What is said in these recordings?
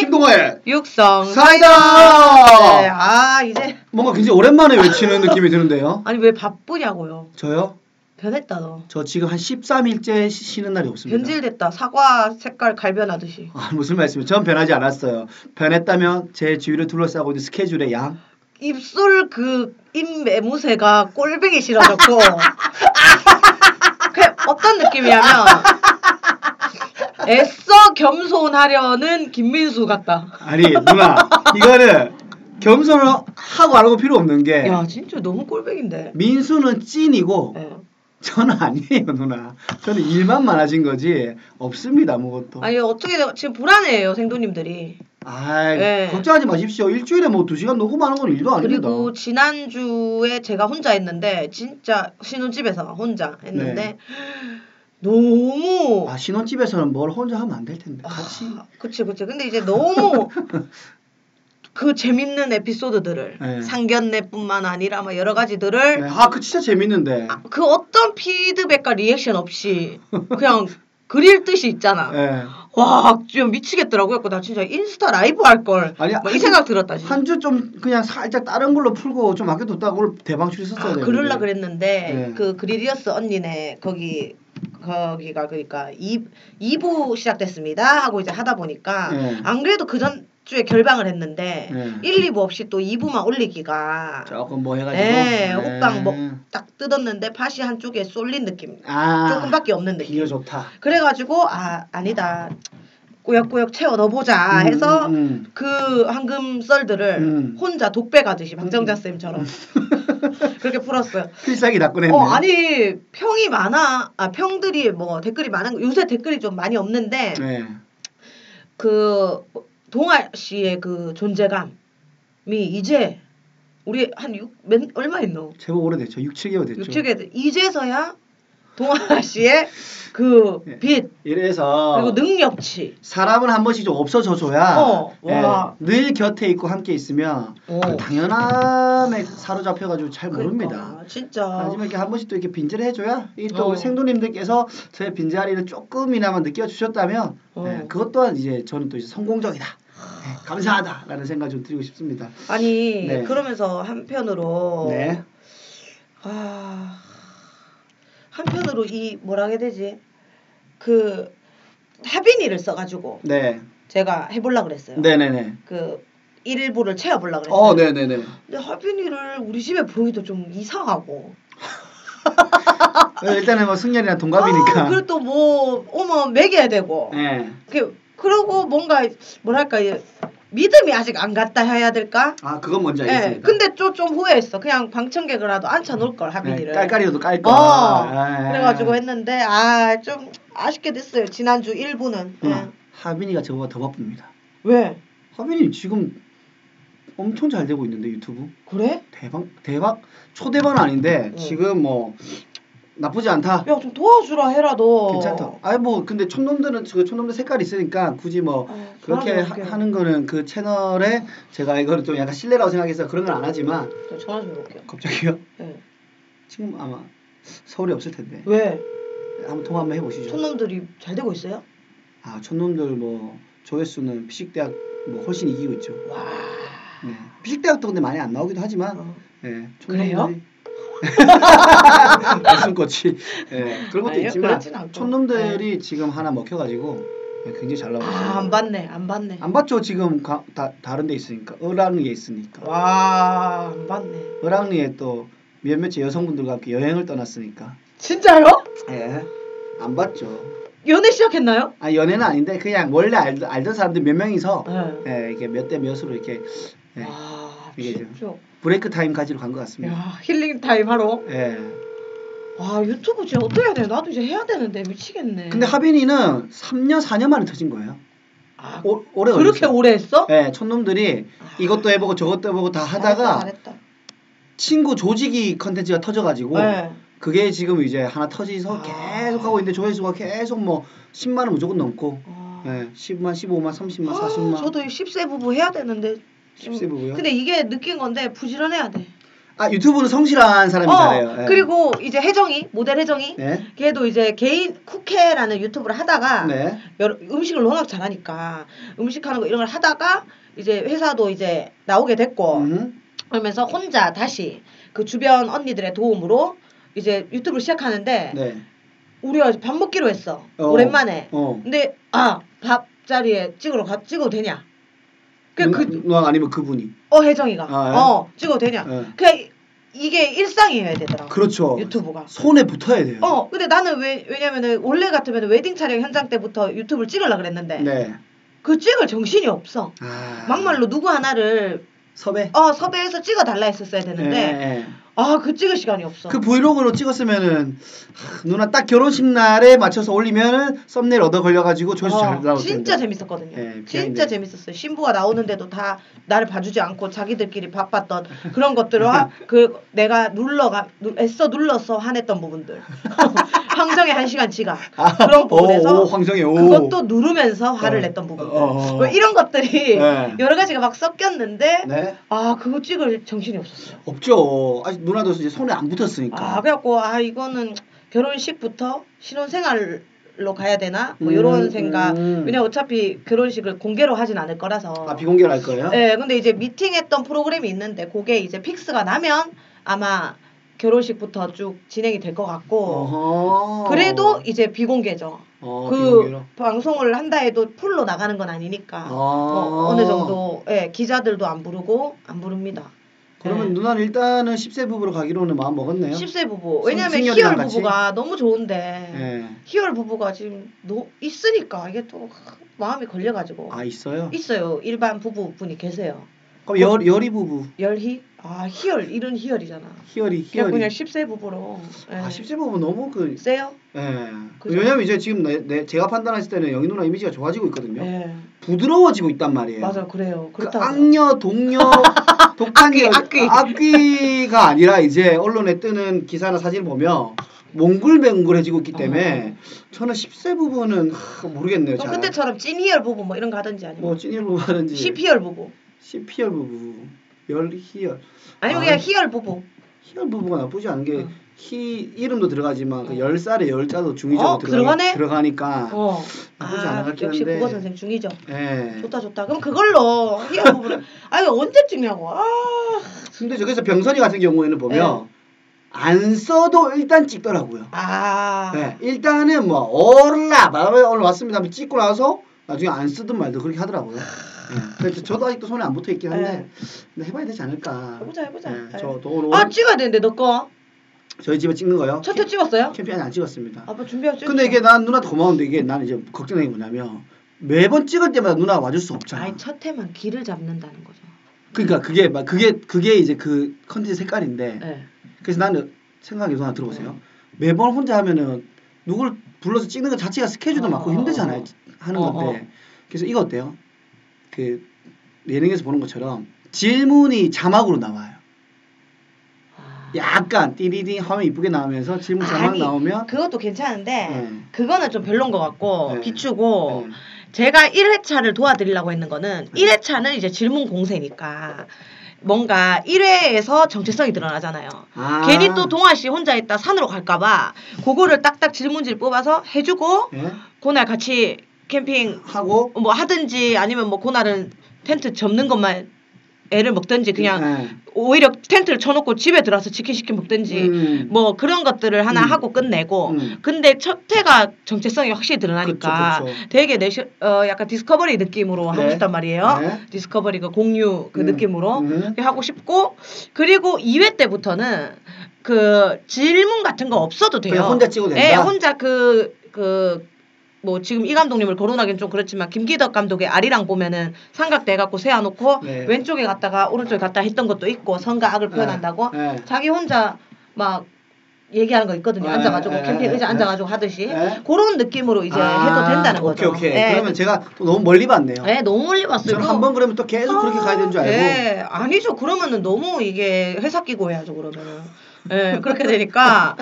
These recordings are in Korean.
성공의 육성 사이다! 네, 아 이제 뭔가 굉장히 오랜만에 외치는 느낌이 드는데요. 아니 왜 바쁘냐고요. 저요? 변했다 너. 저 지금 한 13일째 쉬는 날이 없습니다. 변질됐다. 사과 색깔 갈변하듯이. 아, 무슨 말씀이에요? 전 변하지 않았어요. 변했다면 제 주위를 둘러싸고 있는 스케줄의 양. 입술 그 입매무새가 꼴뱅이 싫어졌고 그게 어떤 느낌이냐면 애써 겸손하려는 김민수 같다. 아니 누나 이거는 겸손을 하고 안 하고 필요 없는 게 야 진짜 너무 꼴뱅인데. 민수는 찐이고 예. 저는 아니에요 누나. 저는 일만 많아진 거지 없습니다 아무것도. 아니 어떻게 돼? 지금 불안해요 생도님들이. 아이, 네. 걱정하지 마십시오. 일주일에 뭐 두 시간 녹음하는 건 일도 아닙니다. 그리고 지난주에 제가 혼자 했는데 진짜 신혼집에서 혼자 네. 했는데 너무 아 신혼집에서는 뭘 혼자 하면 안 될 텐데 같이. 아, 그치 그치 근데 이제 너무 그 재밌는 에피소드들을 네. 상견례뿐만 아니라 막 여러 네, 가지들을 아, 그 진짜 재밌는데. 아, 그 어떤 피드백과 리액션 없이 그냥 그릴 뜻이 있잖아 예. 와 진짜 미치겠더라고요 그래서 나 진짜 인스타 라이브 할걸 아니, 막 한- 뭐 이 생각 들었다 진짜 한 주 좀 그냥 살짝 다른 걸로 풀고 좀 아껴뒀다고 대방출 했었어야 아, 되는데. 그럴라 그랬는데 네. 그 그릴리어스 언니네 거기 거기가 그러니까 2, 2부 시작됐습니다 하고 이제 하다 보니까 네. 안 그래도 그 전주에 결방을 했는데 네. 1, 2부 없이 또 2부만 올리기가 조금 뭐 해가지고. 네, 예. 호빵 뭐딱 뜯었는데 팥이 한쪽에 쏠린 느낌 아, 조금밖에 없는 느낌 비교 좋다. 그래가지고 아 아니다 꾸역꾸역 채워 넣어보자 음, 해서 음, 음. 그 황금 썰들을 음. 혼자 독백 하듯이 박정자 쌤처럼 그렇게 풀었어요. 필살기 낙근했네. 어 아니 평이 많아 아 평들이 뭐 댓글이 많은 거- 요새 댓글이 좀 많이 없는데 네. 그 동아 씨의 그 존재감이 이제 우리 한육몇 얼마 있노? 제법 오래됐죠. 6, 7개월 됐죠. 육쪽에 이제서야 동아 씨의 그 예. 빛 이래서 그리고 능력치 사람은 한 번씩 좀 없어져줘야 어, 와. 예, 늘 곁에 있고 함께 있으면 어. 그 당연함에 사로잡혀가지고 잘 모릅니다. 그러니까, 진짜 하지만 이렇게 한 번씩 또 이렇게 빈자를 해줘야 이또 어. 우리 생도님들께서 저의 빈자리를 조금이나마 느껴주셨다면 어. 예, 그것 또한 이제 저는 또 이제 성공적이다. 예, 감사하다라는 생각 좀 드리고 싶습니다. 아니 네. 그러면서 한편으로 네. 아 한편으로 이 뭐라 해야 되지 그 하빈이를 써가지고 네. 제가 해보려 그랬어요. 네네네. 그 일부를 채워보려 그랬어요. 어, 네네네. 근데 하빈이를 우리 집에 부르기도 좀 이상하고. 예, 일단은 뭐 승렬이랑 동갑이니까. 아, 그리고 또 뭐 오면 먹여야 되고. 예. 그 그러고 뭔가 뭐랄까 이 믿음이 아직 안 갔다 해야 될까? 아, 그건 뭔지 예. 알겠습니다. 근데 좀, 좀 후회했어. 그냥 방청객을라도 앉혀놓을 걸 네, 하빈이를. 깔깔이라도 깔 거. 어. 예, 예. 그래가지고 했는데 아 좀 아쉽게 됐어요. 지난주 1부는. 예. 어, 하빈이가 저보다 더 바쁩니다. 왜? 하빈이 지금 엄청 잘 되고 있는데 유튜브 그래? 대박 대박 초대박 아닌데 응. 지금 뭐 나쁘지 않다. 야 좀 도와주라 해라도. 괜찮다. 아니 뭐 근데 촌놈들은 그 촌놈들 색깔이 있으니까 굳이 뭐 어, 그렇게 그러면 하, 어떡해. 하는 거는 그 채널에 제가 이거를 좀 약간 신뢰라고 생각해서 그런 건 안 하지만 저 전화 좀 해볼게요. 갑자기요 예. 지금 아마 서울이 없을 텐데 왜? 한번 통화 한번 해보시죠. 촌놈들이 잘 되고 있어요? 아 촌놈들 뭐 조회수는 피식대학 뭐 훨씬 이기고 있죠. 와. 네. 피식대학도 근데 많이 안 나오기도 하지만 어. 예, 촌놈들이- 그래요? 무슨 꽃이 예, 그런 것도 아니요, 있지만 그렇진 않고. 네. 촌놈들이 지금 하나 먹혀가지고 예, 굉장히 잘 나오고 아, 안 있어요. 봤네, 안 봤네. 안 봤죠 지금 가- 다, 다른 데 있으니까 어랑리에 있으니까 와, 안 봤네. 어랑리에 또 몇몇의 여성분들과 함께 여행을 떠났으니까 진짜요? 예, 안 봤죠 연애 시작했나요? 아 연애는 아닌데 그냥 원래 알, 알던 사람들 몇 명이서 네. 예, 이렇게 몇 대 몇으로 이렇게 예, 와, 이게 진짜. 브레이크 타임 가지러 간 것 같습니다 아. 야, 힐링 타임 하러. 예. 와, 아, 유튜브 진짜 어떻게 해야 돼? 나도 이제 해야 되는데 미치겠네. 근데 하빈이는 3년 4년 만에 터진 거예요 아, 오, 오래 그렇게 걸렸어요. 오래 했어? 아. 예, 촌놈들이 이것도 해보고 저것도 해보고 다 하다가 잘했다. 친구 조직이 컨텐츠가 터져가지고 잘했다. 그게 지금 이제 하나 터지서 네. 아. 계속 하고 있는데 조회수가 계속 뭐 10만 원 무조건 넘고 네. 예, 10만, 15만, 30만, 아, 40만 저도 10세 부부 해야 되는데. 좀- 10세 부부요? 근데 이게 느낀 건데 부지런해야 돼. 어, 아 유튜브는 성실한 사람이 잘해요. 예. 그리고 이제 혜정이 모델 혜정이 네. 걔도 이제 개인 쿠케라는 유튜브를 하다가 네. 여러, 음식을 워낙 잘하니까 음식하는 거 이런 걸 하다가 이제 회사도 이제 나오게 됐고 음. 그러면서 혼자 다시 그 주변 언니들의 도움으로 이제 유튜브를 시작하는데 네. 우리가 밥 먹기로 했어 어. 오랜만에 어. 근데 아밥 자리에 찍으러 가 찍어도 되냐 누나, 그어 누나 아니면 그분이. 혜정이가 음, 아, 예? 어 찍어도 되냐 예. 그냥 이- 이게 일상이어야 되더라고 그렇죠. 아, 유튜브가 손에 붙어야 돼요. 어 근데 나는 왜 왜냐면은 원래 같으면 웨딩 촬영 현장 때부터 유튜브를 찍으려 그랬는데 네. 그 찍을 정신이 없어 아. 막말로 누구 하나를 섭외. 어 섭외해서 찍어 달라 했었어야 예, 되는데 예. 아 그 찍을 시간이 없어 그 브이로그로 찍었으면은 하, 누나 딱 결혼식 날에 맞춰서 올리면은 썸네일 얻어 걸려가지고 조회수 어, 잘 나올 텐데. 진짜 재밌었거든요. 예, 비하인드. 진짜 재밌었어요. 신부가 나오는데도 다 나를 봐주지 않고 자기들끼리 바빴던 그런 것들을 하- 그 내가 눌러가 누- 애써 눌러서 화냈던 부분들. 황정의 한 시간 지각 아, 그런 오, 부분에서 오, 황정의, 오. 그것도 누르면서 화를 어, 냈던 부분. 어, 어, 어. 뭐 이런 것들이 네. 여러 가지가 막 섞였는데 네. 아 그거 찍을 정신이 없었어요. 없죠. 아직 누나도 이제 손에 안 붙었으니까. 아 그래갖고 아 이거는 결혼식부터 신혼생활로 가야 되나 뭐 음, 이런 생각 음. 왜냐 어차피 결혼식을 공개로 하진 않을 거라서 아, 비공개로 할 거예요? 네 근데 이제 미팅했던 프로그램이 있는데 그게 이제 픽스가 나면 아마 결혼식부터 쭉 진행이 될 것 같고 어허. 그래도 이제 비공개죠 어, 그 비공개로? 방송을 한다 해도 풀로 나가는 건 아니니까 아. 어, 어느 정도 예 기자들도 안 부르고 안 부릅니다 그러면 네. 누나는 일단은 10세 부부로 가기로는 마음 먹었네요. 10세 부부. 승- 왜냐면 승열이랑 희열 같이? 부부가 너무 좋은데 예. 희열 부부가 지금 노, 있으니까 이게 또 하- 마음이 걸려가지고 아 있어요. 있어요. 일반 부부 분이 계세요. 그럼 열 열이 부부 열희? 아 희열 이런 희열이잖아. 뭐 희열이 그냥 희열이. 그냥 10세 부부로. 예. 아 10세 부부 너무 그 세요? 예. 그죠? 왜냐면 이제 지금 내, 내- 제가 판단했을 때는 영희 누나 이미지가 좋아지고 있거든요. 예. 부드러워지고 있단 말이에요. 맞아 그래요. 그 그렇다고. 악녀 동녀 독한녀 악귀, 악귀. 가 아니라 이제 언론에 뜨는 기사나 사진 보면 몽글몽글해지고 있기 어. 때문에 저는 10세 부부는 하, 모르겠네요. 그럼 잘. 그때처럼 찐 희열 부부 뭐 이런 거 하든지 아니면 뭐 찐일 부부 하는지 십희열 부부 CPR 부부 열희열 아니면 아. 그냥 희열 부부. 희열 부부가 나쁘지 않은 어. 게 희 이름도 들어가지만 어. 그 열살에열자도 중의적으로 어, 들어가네? 들어가, 니까 어. 아. 나쁘지 않아 아 같긴 역시 한데. 국어 선생 중이죠. 예. 좋다 좋다. 그럼 그걸로 희열 부부를 아 이거 언제 찍냐고. 아. 근데 저기서 병선이 같은 경우에는 네. 보면 안 써도 일단 찍더라고요. 아. 예. 일단은 뭐 올라 바로 오늘 왔습니다. 하면 찍고 나서 나중에 안 쓰든 말든 그렇게 아. 하더라고요. 예. 그래서 저도 아직도 손에 안 붙어 있긴 한데 근데 해봐야 되지 않을까. 네. 해보자 해보자. 예. 예. 저도 오늘 아 찍어야 되는데 너 거. 저희 집에 찍는 거요. 첫 회 찍었어요? 캠핑 안에 안 찍었습니다. 아빠 준비하고 찍. 아, 근데 이게 난 누나한테 고마운데 이게 난 이제 걱정이 뭐냐면 매번 찍을 때마다 누나 와줄 수 없잖아. 아니 첫 회만 길을 잡는다는 거죠. 그러니까 그게 막 그게 그게 이제 그 컨텐츠 색깔인데 예. 네. 그래서 나는 생각이 누나 들어보세요. 매번 혼자 하면은 누굴 불러서 찍는 것 자체가 스케줄도 어, 많고 어, 힘들잖아요. 어. 하는 어, 건데 그래서 이거 어때요? 그 예능에서 보는 것처럼 질문이 자막으로 나와요. 아. 약간 띠리딩 화면 이쁘게 나오면서 질문 자막 아니, 나오면 그것도 괜찮은데 네. 그거는 좀 별론 것 같고 네. 비추고 네. 제가 1회차를 도와드리려고 했는 거는 1회차는 이제 질문 공세니까 뭔가 1회에서 정체성이 드러나잖아요. 아. 괜히 또 동아 씨 혼자 있다 산으로 갈까봐 그거를 딱딱 질문지를 뽑아서 해주고 예? 그날 같이 캠핑 하고 뭐 하든지 아니면 뭐 그날은 텐트 접는 것만 애를 먹든지 그냥 예. 오히려 텐트를 쳐놓고 집에 들어와서 치킨 시켜 먹든지 음. 뭐 그런 것들을 하나 음. 하고 끝내고 음. 근데 첫 회가 정체성이 확실히 드러나니까 그쵸, 그쵸. 되게 내시, 어, 약간 디스커버리 느낌으로 하고 네. 싶단 말이에요 네. 디스커버리 그 공유 그 음. 느낌으로 음. 그렇게 하고 싶고 그리고 2회 때부터는 그 질문 같은 거 없어도 돼요 그냥 혼자 찍어도 된다? 네, 혼자 그 그 뭐 지금 이 감독님을 거론하기는 좀 그렇지만 김기덕 감독의 아리랑 보면은 삼각대 갖고 세워놓고 네. 왼쪽에 갔다가 오른쪽에 갔다 했던 것도 있고 선과 악을 표현한다고 예, 예. 자기 혼자 막 얘기하는 거 있거든요. 예, 앉아가지고 예, 캠핑 예, 의자 예. 앉아가지고 하듯이 예. 그런 느낌으로 이제 아, 해도 된다는 오케이, 거죠. 오케이 예. 그러면 제가 또 너무 멀리 봤네요. 예, 너무 멀리 봤어요. 저는 한 번 그러면 또 계속 그렇게 가야 되는 줄 알고. 예, 아니죠. 그러면은 너무 이게 회사 끼고 해야죠. 그러면은 예, 그렇게 되니까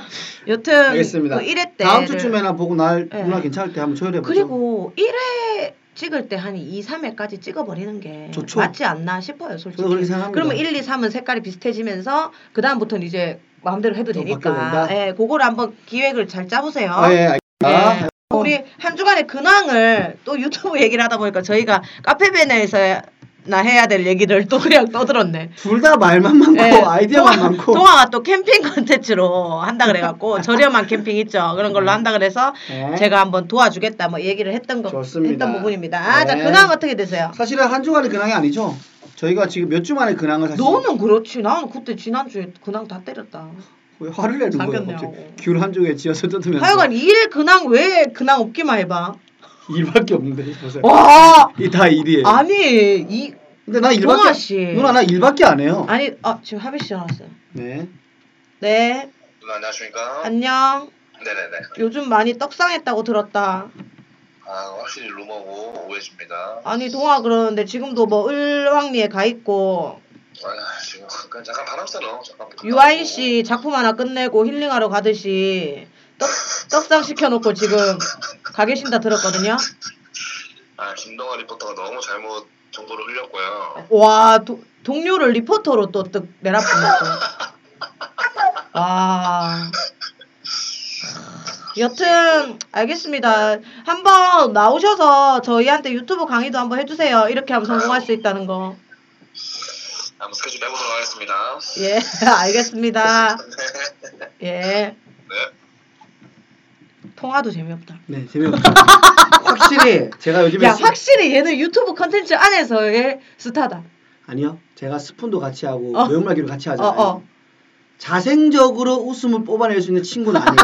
여튼 알겠습니다. 그 1회 때 다음 주쯤에나 보고 날 예. 누나 괜찮을 때 한번 초연해 보죠. 그리고 1회 찍을 때 한 2, 3회까지 찍어버리는 게 좋죠. 맞지 않나 싶어요, 솔직히. 저도 그렇게 생각합니다. 그러면 1, 2, 3은 색깔이 비슷해지면서 그 다음부터는 이제 마음대로 해도 어, 바뀌어야 되니까. 된다. 예, 그거를 한번 기획을 잘 짜보세요. 아, 예, 알겠습니다. 네. 우리 한 주간의 근황을 또 유튜브 얘기를 하다 보니까 저희가 카페베네에서나 해야 될 얘기를 또 그냥 떠들었네. 둘 다 말만 많고 예, 아이디어만 동아- 많고 동아가 또 캠핑 컨텐츠로 한다 그래갖고 저렴한 캠핑 있죠 그런 걸로 한다 그래서 네. 제가 한번 도와주겠다 뭐 얘기를 했던 거 좋습니다. 했던 부분입니다 아, 자 네. 근황 어떻게 되세요? 사실은 한 주간의 근황이 아니죠. 저희가 지금 몇 주 만에 근황을 사실 너는 그렇지 나는 그때 지난주에 근황 다 때렸다 왜 화를 내는 거예요? 당겼네요. 갑자기 귤 한 쪽에 지어서 뜯으면서 하여간 일 근황 외에 근황 없기만 해봐 일밖에 없는데 보세요. 와 이 다 일이에요. 어? 아니 이 근데 나 일밖에 동아 씨. 누나 나 일밖에 안 해요. 아니 아 지금 하빈 씨 전화 왔어요 네. 네 누나 안녕하십니까? 안녕 네네네. 요즘 많이 떡상했다고 들었다 아 확실히 루머고 오해십니다. 아니 동아 그러는데 지금도 뭐 을왕리에 가 있고 아 지금 잠깐 잠깐 바람 쐬러 잠깐. 갔다 유아인 오고. 씨 작품 하나 끝내고 힐링하러 가듯이 떡, 떡상 시켜놓고 지금 가 계신다 들었거든요. 아 김동아 리포터가 너무 잘못 정보를 네. 흘렸고요. 와 도- 동료를 리포터로 또 뜩 내라보냈고. 와. 여튼 알겠습니다. 한번 나오셔서 저희한테 유튜브 강의도 한번 해주세요. 이렇게 하면 성공할 수 있다는 거. 한번 스케줄 해보도록 하겠습니다. 예, 알겠습니다. 예. 네. 통화도 재미없다. 네 재미없어. 확실히 제가 요즘에 야 스- 확실히 얘는 유튜브 컨텐츠 안에서의 스타다. 아니요 제가 스푼도 같이 하고 어. 매운말기도 같이 하잖아요. 어, 어. 자생적으로 웃음을 뽑아낼 수 있는 친구는 아니에요.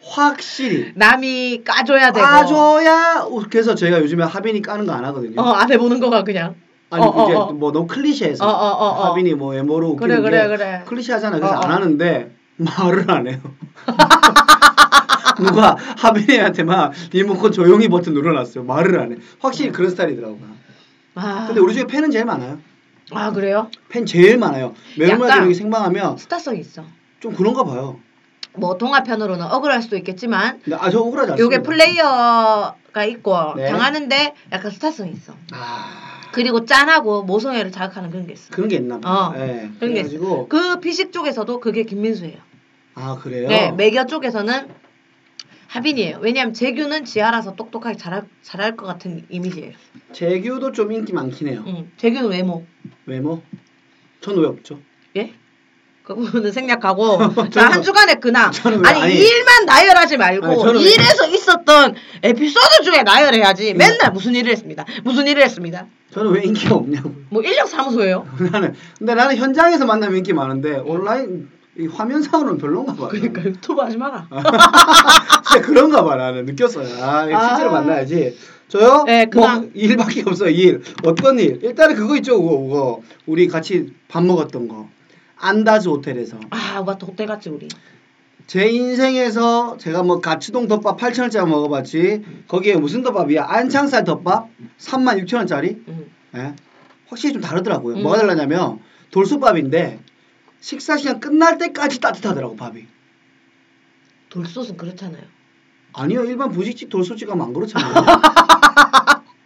확실히 남이 까줘야 되고. 까줘야 웃- 그래서 저희가 요즘에 하빈이 까는 거 안 하거든요. 어, 안 해보는 거가 그냥. 아니 어, 어, 이제 어. 뭐 너무 클리셰해서 어, 어, 어, 어. 하빈이 뭐 외모로 웃기는 그래, 게 그래, 그래. 클리셰하잖아 그래서 어, 어. 안 하는데 말을 안 해요 누가 하빈이한테 막 리모컨 조용히 버튼 눌러놨어요 말을 안해 확실히 그런 스타일이더라고 아. 근데 우리 중에 팬은 제일 많아요 아 그래요? 팬 제일 많아요 매일마다 약간- 이렇게 생방하면 스타성이 있어. 좀 그런가 봐요 뭐 동화편으로는 억울할 수도 있겠지만 근데 아저 억울하지 않습니다 요게 플레이어가 있고 네. 당하는데 약간 스타성이 있어. 아 그리고 짠하고 모성애를 자극하는 그런 게 있어. 그런 게 있나 봐요 어, 예, 그런 게 있어. 그래가지고 그 피식 쪽에서도 그게 김민수예요. 아 그래요? 네, 매겨 쪽에서는 하빈이에요. 왜냐면 재규는 지아라서 똑똑하게 잘할, 잘할 것 같은 이미지예요. 재규도 좀 인기 많긴 해요 응. 재규는 외모. 외모? 전 왜 없죠? 예? 그 부분은 생략하고 자 저는- 한 주간의 근황 저는 왜- 아니, 아니. 이 일만 나열하지 말고 아니, 저는 왜- 음. 이 일에서 있었던 에피소드 중에 나열해야지 맨날 무슨 일을 했습니다 무슨 일을 했습니다 저는 왜 인기가 없냐고요. 뭐 인력 사무소예요 나는 근데 나는 현장에서 만나면 인기 많은데 온라인 이 화면상으로는 별론가 봐. 그러니까 유튜브 하지 마라 진짜 그런가 봐 나는 느꼈어요. 아 이거 아. 실제로 만나야지. 저요? 네, 뭐, 그냥. 일밖에 없어 일. 어떤 일? 일단은 그거 있죠 그거 그거. 우리 같이 밥 먹었던 거. 안다즈 호텔에서. 아 맞다 호텔 갔지 우리 제 인생에서 제가 뭐 가츠동 덮밥 8,000원짜리 먹어봤지. 거기에 무슨 덮밥이야? 안창살 덮밥? 36,000원짜리? 응. 예. 확실히 좀 다르더라고요. 음. 뭐가 달라냐면 돌솥밥인데 식사 시간 끝날 때까지 따뜻하더라고 밥이. 돌솥은 그렇잖아요 아니요 일반 부식집 돌솥집 가면 안 그렇잖아요.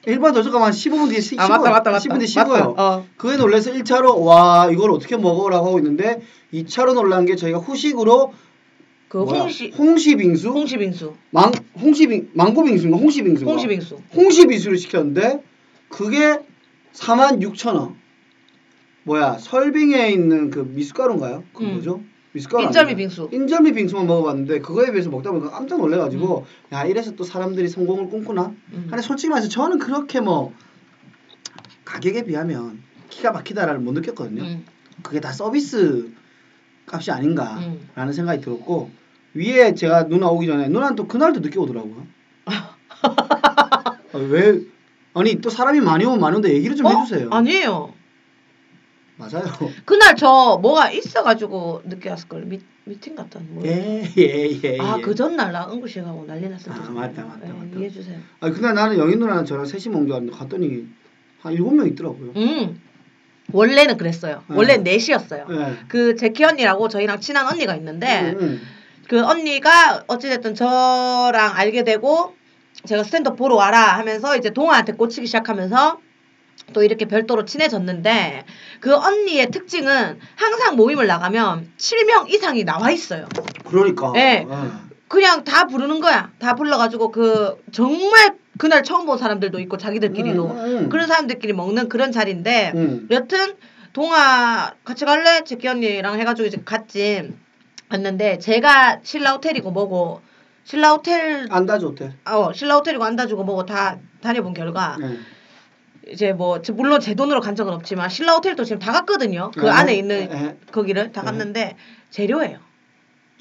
일반 돌솥 가면 한 15분 뒤에 아, 식, 식어요. 10분 뒤에 식어요. 어. 그에 놀라서 1차로 와 이걸 어떻게 먹어라고 하고 있는데 2차로 놀란 게 저희가 후식으로 그 뭐야? 홍시 홍시 빙수 홍시 빙수 망 홍시 빙 망고 빙수인가 홍시 빙수인가 홍시 빙수 홍시 빙수를 시켰는데 그게 46,000원. 뭐야 설빙에 있는 그 미숫가루인가요? 그 음. 뭐죠? 미숫가루 인절미 아니에요? 빙수. 인절미 빙수만 먹어봤는데 그거에 비해서 먹다 보니까 깜짝 놀래가지고 야 이래서 또 사람들이 성공을 꿈꾸나? 음. 근데 솔직히 말해서 저는 그렇게 뭐 가격에 비하면 키가 막히다라는 못 느꼈거든요. 응. 그게 다 서비스 값이 아닌가라는 음. 생각이 들었고 위에 제가 누나 오기 전에 누나는 또 그날도 늦게 오더라고요. 아, 왜 아니 또 사람이 많이 오면 많이 오는데 얘기를 좀 어? 해주세요. 아니에요 맞아요. 그날 저 뭐가 있어가지고 늦게 왔을걸 미, 미팅 같던 뭐 예예 예. 예, 아 그 전날 나 응급실가고 난리 났을 때 아, 맞다, 맞다, 맞다. 이해해 주세요 아 그날 나는 영인 누나랑 저랑 셋이 먹는 줄 알았는데 갔더니 한 일곱 명 있더라고요. 음 원래는 그랬어요 네. 원래 는 넷이었어요 네. 그 제키 언니라고 저희랑 친한 언니가 있는데 음, 음. 그 언니가 어찌됐든 저랑 알게 되고 제가 스탠드업 보러 와라 하면서 이제 동아한테 꽂히기 시작하면서 또 이렇게 별도로 친해졌는데 그 언니의 특징은 항상 모임을 나가면 7명 이상이 나와 있어요. 그러니까. 네. 예. 그냥 다 부르는 거야. 다 불러가지고 그 정말 그날 처음 본 사람들도 있고 자기들끼리도 음, 음. 그런 사람들끼리 먹는 그런 자리인데 음. 여튼 동아 같이 갈래? 제키 언니랑 해가지고 이제 갔지. 갔는데 제가 신라 호텔이고 뭐고 신라 호텔 안다 좋대. 아, 어, 신라 호텔이고 안다주고 뭐고 다 다녀본 결과 예. 이제 뭐 지- 물론 제 돈으로 간 적은 없지만 신라 호텔도 지금 다 갔거든요. 그 네. 안에 있는 네. 거기를 다 네. 갔는데 재료예요.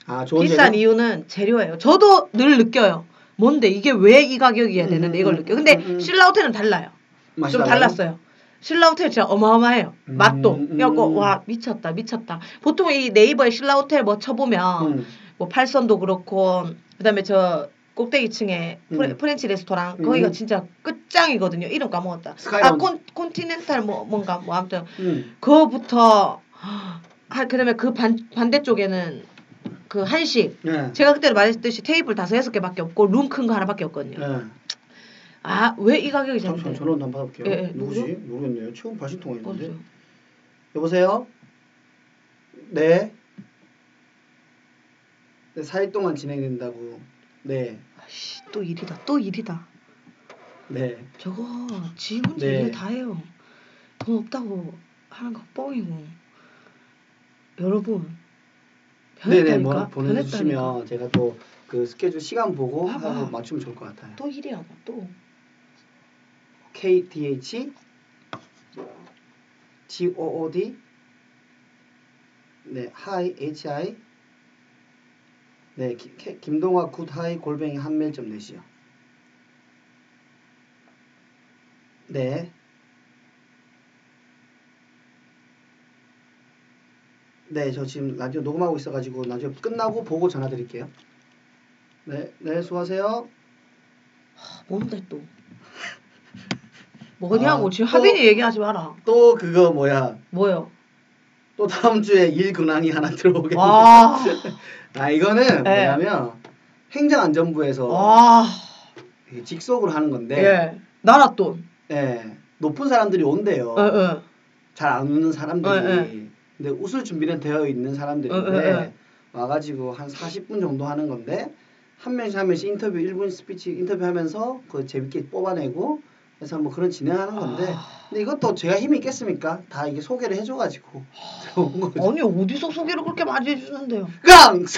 아 좋은 비싼 재료? 이유는 재료예요. 저도 늘 느껴요. 뭔데 이게 왜 이 가격이어야 되는데 음, 이걸 음, 느껴. 근데 음, 음. 신라 호텔은 달라요. 맛이 좀 달라요? 달랐어요. 신라 호텔 진짜 어마어마해요. 음, 맛도. 음, 그래갖고 음. 와 미쳤다 미쳤다. 보통 이 네이버에 신라 호텔 뭐 쳐보면 음. 뭐 팔선도 그렇고 그다음에 저 꼭대기 층에 프레, 음. 렌치 레스토랑 음. 거기가 진짜 끝장이거든요. 이름 까먹었다. 아 스카이라운드. 콘, 콘티넨탈 뭐 뭔가 뭐 아무튼 음. 그거부터 아 그다음에 그 반 반대쪽에는 그 한식 예. 제가 그때 말했듯이 테이블 다섯 여섯 개밖에 없고 룸 큰 거 하나밖에 없거든요. 예. 아 왜 이 가격이 잠시 잡혀요? 전화 한번 받아볼게요. 예, 예. 누구지? 누구? 모르겠네요. 처음 발신 통화 있는데. 뭐죠? 여보세요? 네. 네, 4일 동안 진행된다고. 네. 아씨 또 일이다 또 일이다. 네. 저거 지 혼자 네. 일을 다 해요. 돈 없다고 하는 거 뻥이고. 여러분 네네, 변했다니까 뭐 변했다니까. 보내주시면 제가 또 그 스케줄 시간 보고 봐봐. 하고 맞추면 좋을 것 같아요. 또 일이야 또. KDH GOOD 네, 하이 HI 네, 기- K- 김동화 굿하이 골뱅이 한멜점 내시요. 네. 네, 저 지금 라디오 녹음하고 있어가지고 나중에 끝나고 보고 전화드릴게요. 네, 네, 수고하세요. 아, 뭔데 또. 뭐냐고 아, 지금 또- 하빈이 얘기하지 마라. 또 그거 뭐야? 뭐요? 또 다음 주에 일 근황이 하나 들어오겠는데. 와. 아 이거는 네. 뭐냐면 행정안전부에서 와. 이게 직속으로 하는 건데, 아, 예. 나라 돈. 예, 높은 사람들이 온대요. 예, 예. 잘 안 웃는 사람들이. 예, 예. 근데 웃을 준비는 되어 있는 사람들인데 예, 예, 예. 와가지고 한 40분 정도 하는 건데 한 명씩 한 명씩 인터뷰 1분 스피치 인터뷰하면서 그 재밌게 뽑아내고 그래서 뭐 그런 진행하는 건데 아. 근데 이것도 제가 힘이 있겠습니까? 다 이게 소개를 해줘가지고 들어온 거죠. 아니 어디서 소개를 그렇게 많이 해주는데요?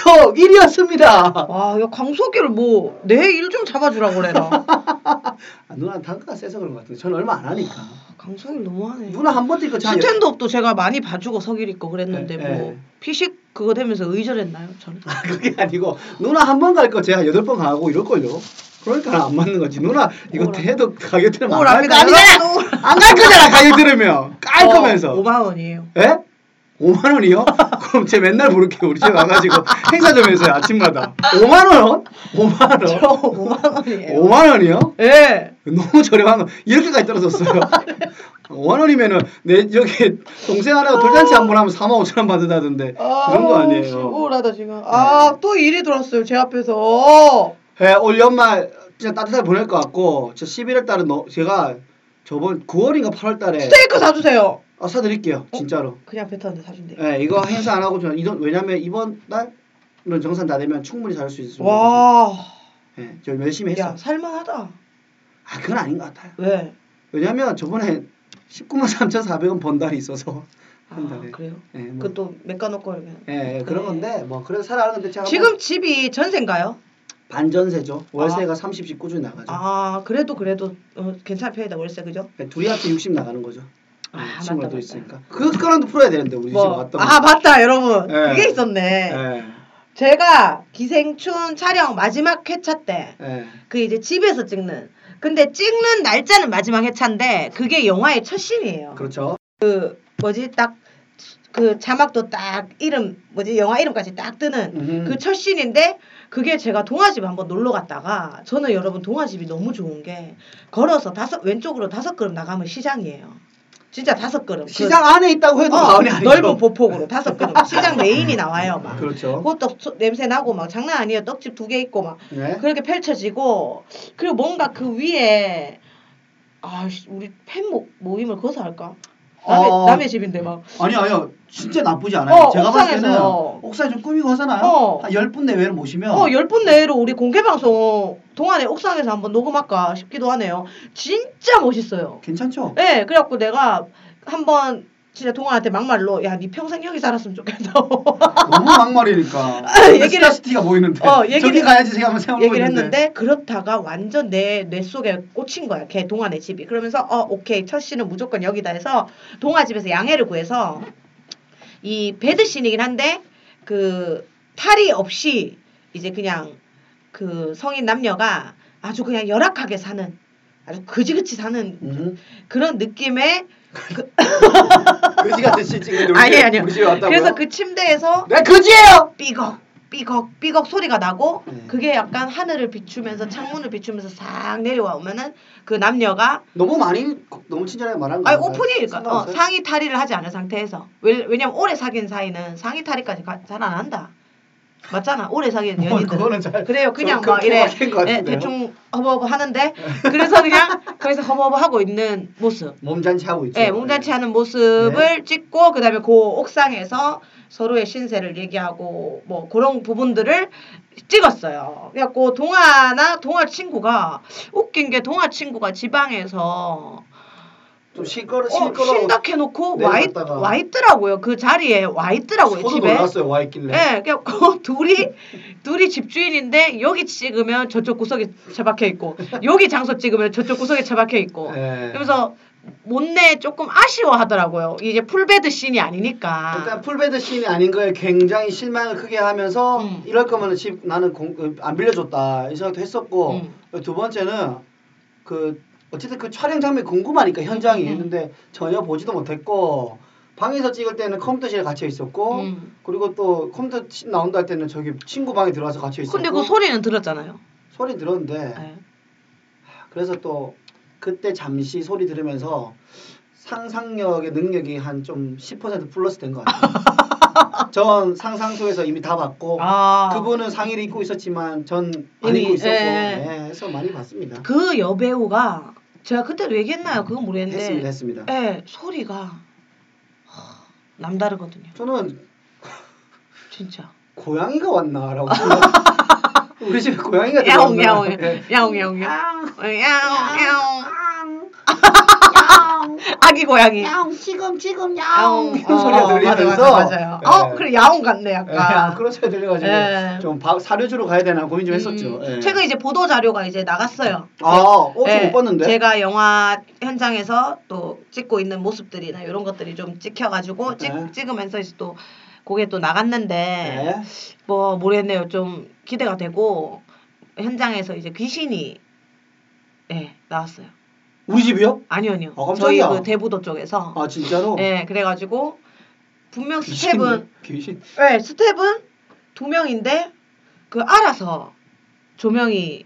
강석일이었습니다. 아, 야 강석이를 뭐 내 일 좀 잡아주라 그래라. 아, 누나 단가가 세서 그런 것 같은데 저는 얼마 안 하니까. 강석이 너무하네. 누나 한 번도 이거 잘 스탠드업도 제가 많이 봐주고 석일 있고 그랬는데 예, 뭐 예. 피식 그거 되면서 의절했나요 저는? 아, 그게 아니고 누나 한 번 갈 거 제가 여덟 번 가고 이럴 걸요. 그러니까 안 맞는 거지. 누나 이거 오라. 해도 가격 들으면 안갈 오랍니다. 거잖아. 여러분, 오라. 안갈 거잖아 가격 들으면 아, 깔끔해서. 어, 5만 원이에요. 예? 5만 원이요? 그럼 쟤 맨날 부를게요. 우리 집에 와가지고 행사점에서 아침마다. 5만 원? 5만 원? 저 5만 원이에요. 5만 원이요? 예. 너무 저렴한 거 이렇게까지 떨어졌어요. 5만 원이면은 내 저기 동생 하나가 돌잔치 한 번 하면 4만 5천 원 받는다던데 그런 거 씨, 아니에요. 네. 우울하다 지금. 아, 또 일이 들었어요. 제 앞에서. 예, 올 연말 진짜 따뜻하게 보낼 것 같고 저 11월 달은 너, 제가 저번 9월인가 8월 달에 스테이크 사주세요. 아, 사드릴게요 진짜로. 그냥 배타는데 사준대. 예, 이거 행사 안 하고 저는 이번 왜냐면 이번 달은 정산 다 되면 충분히 살 수 있을 요 와. 예, 저 열심히 했어. 야, 요 살만하다. 아 그건 아닌 것 같아요. 왜? 왜냐면 저번에 19만 3,400원 번 달이 있어서 한 아, 달에. 그래요? 예, 뭐. 그또 맥가놓고 그러면. 예, 예, 그런 건데 뭐 그래서 살아가는 건데 제가 네. 지금 한번 집이 전세인가요? 반전세죠. 월세가 30씩 꾸준히 나가죠. 아, 그래도 그래도 어, 괜찮은 편이다 월세 그죠? 예, 둘이 합쳐 60 나가는 거죠. 예, 아, 맞다, 친구도 맞다. 있으니까. 그 거랑도 풀어야 되는데 우리 집에 왔던. 아, 맞다 여러분. 예. 그게 있었네. 예. 제가 기생충 촬영 마지막 회차 때 예. 그 이제 집에서 찍는. 근데 찍는 날짜는 마지막 회차인데 그게 영화의 첫 신이에요. 그렇죠. 그 뭐지 딱 그 자막도 딱 이름 뭐지 영화 이름까지 딱 뜨는 음. 그 첫 신인데 그게 제가 동아집 한번 놀러 갔다가 저는 여러분 동아집이 너무 좋은 게 걸어서 다섯 왼쪽으로 다섯 걸음 나가면 시장이에요. 진짜 다섯 걸음. 그 시장 안에 있다고 해도 어, 과언이 그 아니죠. 넓은 보폭으로 다섯 걸음. 시장 메인이 나와요 막. 그렇죠. 그것도 소- 냄새 나고 막 장난 아니에요. 떡집 두 개 있고 막 네. 그렇게 펼쳐지고 그리고 뭔가 그 위에 아 우리 팬 모, 모임을 거기서 할까? 남의, 어. 남의 집인데 막 아니 아니요 진짜 나쁘지 않아요. 어, 제가 봤을 때는 옥상에서. 옥상에 좀 꾸미고 하잖아요. 어. 한 10분 내외로 모시면 어, 10분 내로 우리 공개 방송 동안에 옥상에서 한번 녹음할까 싶기도 하네요. 진짜 멋있어요. 괜찮죠? 예, 네, 그래갖고 내가 한번 진짜 동안한테 막말로 야, 네 평생 여기 살았으면 좋겠다고 너무 막말이니까 얘기를- 스타시티가 보이는데 어, 얘기를- 저기 가야지 생각하면 생각하고 얘기를 있는데 했는데 그렇다가 완전 내 뇌 속에 꽂힌 거야. 걔 동안의 집이. 그러면서 어, 오케이. 첫 씨는 무조건 여기다 해서 동아 집에서 양해를 구해서 이 배드신이긴 한데 그 탈이 없이 이제 그냥 그 성인 남녀가 아주 그냥 열악하게 사는 아주 그지그지 사는 음. 그런 느낌의 그지 같은 시 지금 우리 아니 집에- 아니요. 우리 집에 왔다고요? 그래서 그 침대에서 내가 그지예요. 삐걱 삐걱 삐걱 소리가 나고 네. 그게 약간 하늘을 비추면서 창문을 비추면서 싹 내려와 오면은 그 남녀가 너무 많이 너무 친절하게 말한 거 아니 아요 오픈이니까 어, 상의 탈의를 하지 않은 상태에서 왜, 왜냐면 오래 사귄 사이는 상의 탈의까지 잘 안 한다 맞잖아 오래 사귄 어, 연인들 그거는 잘- 그래요 그냥 저 막 그렇게 이래 예, 막힌 것 같은데요? 대충 허버허버 하는데 그래서 그냥 거기서 허버허버 하고 있는 모습 몸잔치 하고 있죠. 네. 예, 몸잔치 하는 모습을 찍고 그다음에 그 옥상에서 서로의 신세를 얘기하고 뭐 그런 부분들을 찍었어요. 그래갖고 동아나 동아 친구가 웃긴 게 동아 친구가 지방에서 좀 실거로 어, 실거로 심각해놓고 와, 있, 내려갔다가 와 있더라고요. 그 자리에 와 있더라고요. 저도 집에. 놀랐어요 와 예, 있길래. 네, 그 둘이 둘이 집주인인데 여기 찍으면 저쪽 구석에 처박혀 있고 여기 장소 찍으면 저쪽 구석에 처박혀 있고 예. 그래서 못내 조금 아쉬워하더라고요. 이제 풀베드 씬이 아니니까. 그러니까 풀베드 씬이 아닌 거에 굉장히 실망을 크게 하면서 음. 이럴 거면 집 나는 공, 어, 안 빌려줬다 이 생각도 했었고 음. 두 번째는 그 어쨌든 그 촬영 장면 이 궁금하니까 현장이 음. 있는데 전혀 보지도 못했고 방에서 찍을 때는 컴퓨터실에 갇혀 있었고 음. 그리고 또 컴퓨터 치- 나온다 할 때는 저기 친구 방에 들어가서 갇혀 있었고 근데 그 소리는 들었잖아요. 소리 들었는데 예. 그래서 또 그때 잠시 소리 들으면서 상상력의 능력이 한 좀 10% 플러스 된 것 같아요. 전 상상 속에서 이미 다 봤고 아. 어, 그분은 상의를 입고 있었지만 전 안 이미, 입고 있었고 예. 예, 해서 많이 봤습니다. 그 여배우가 제가 그때도 얘기했나요? 그건 모르겠는데. 했습니다, 했습니다. 예, 소리가 하, 남다르거든요. 저는 진짜. 고양이가 왔나라고 생각- 우리 집에 고양이가 야옹 들어왔나 야옹 야옹 예. 아. 야옹 야옹 야옹 아기 고양이 야옹 지금 지금 야옹 야옹 이런 소리가 어, 맞아, 들리면서. 맞아, 맞아요. 예. 어 그래 야옹 같네 예, 약간 음. 그런 소리 들려가지고 예. 좀 밥- 사료 주러 가야 되나 고민 좀 했었죠. 음, 예. 최근 이제 보도 자료가 이제 나갔어요. 아, 어, 저못 네, 봤는데. 제가 영화 현장에서 또 찍고 있는 모습들이나 이런 것들이 좀 찍혀가지고 찍, 네. 찍으면서 이제 또 그게 또 나갔는데 예. 뭐 모르겠네요. 좀 기대가 되고 현장에서 이제 귀신이 예 나왔어요. 우리 집이요? 아니요 아니요. 아, 저희 깜짝이야. 그 대부도 쪽에서 아 진짜로? 예 그래가지고 분명 귀신, 스텝은 귀신 네, 스텝은 두 명인데 그 알아서 조명이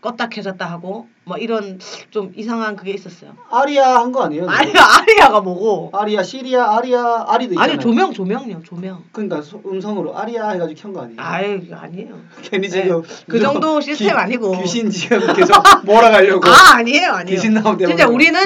껐다 켜졌다 하고 뭐 이런 좀 이상한 그게 있었어요. 아리아 한 거 아니에요? 아리아 아리아가 뭐고? 아리아 시리아 아리아 아리도 있잖아요. 아니 조명 조명요 조명. 그러니까 소- 음성으로 아리아 해가지고 켠 거 아니에요? 아유 이거 아니에요. 괜히 네, 지금 그 좀 정도 시스템 아니고. 귀신 지금 계속 몰아가려고. 아 아니에요 아니에요. 귀신 나오면 진짜 대박이다. 우리는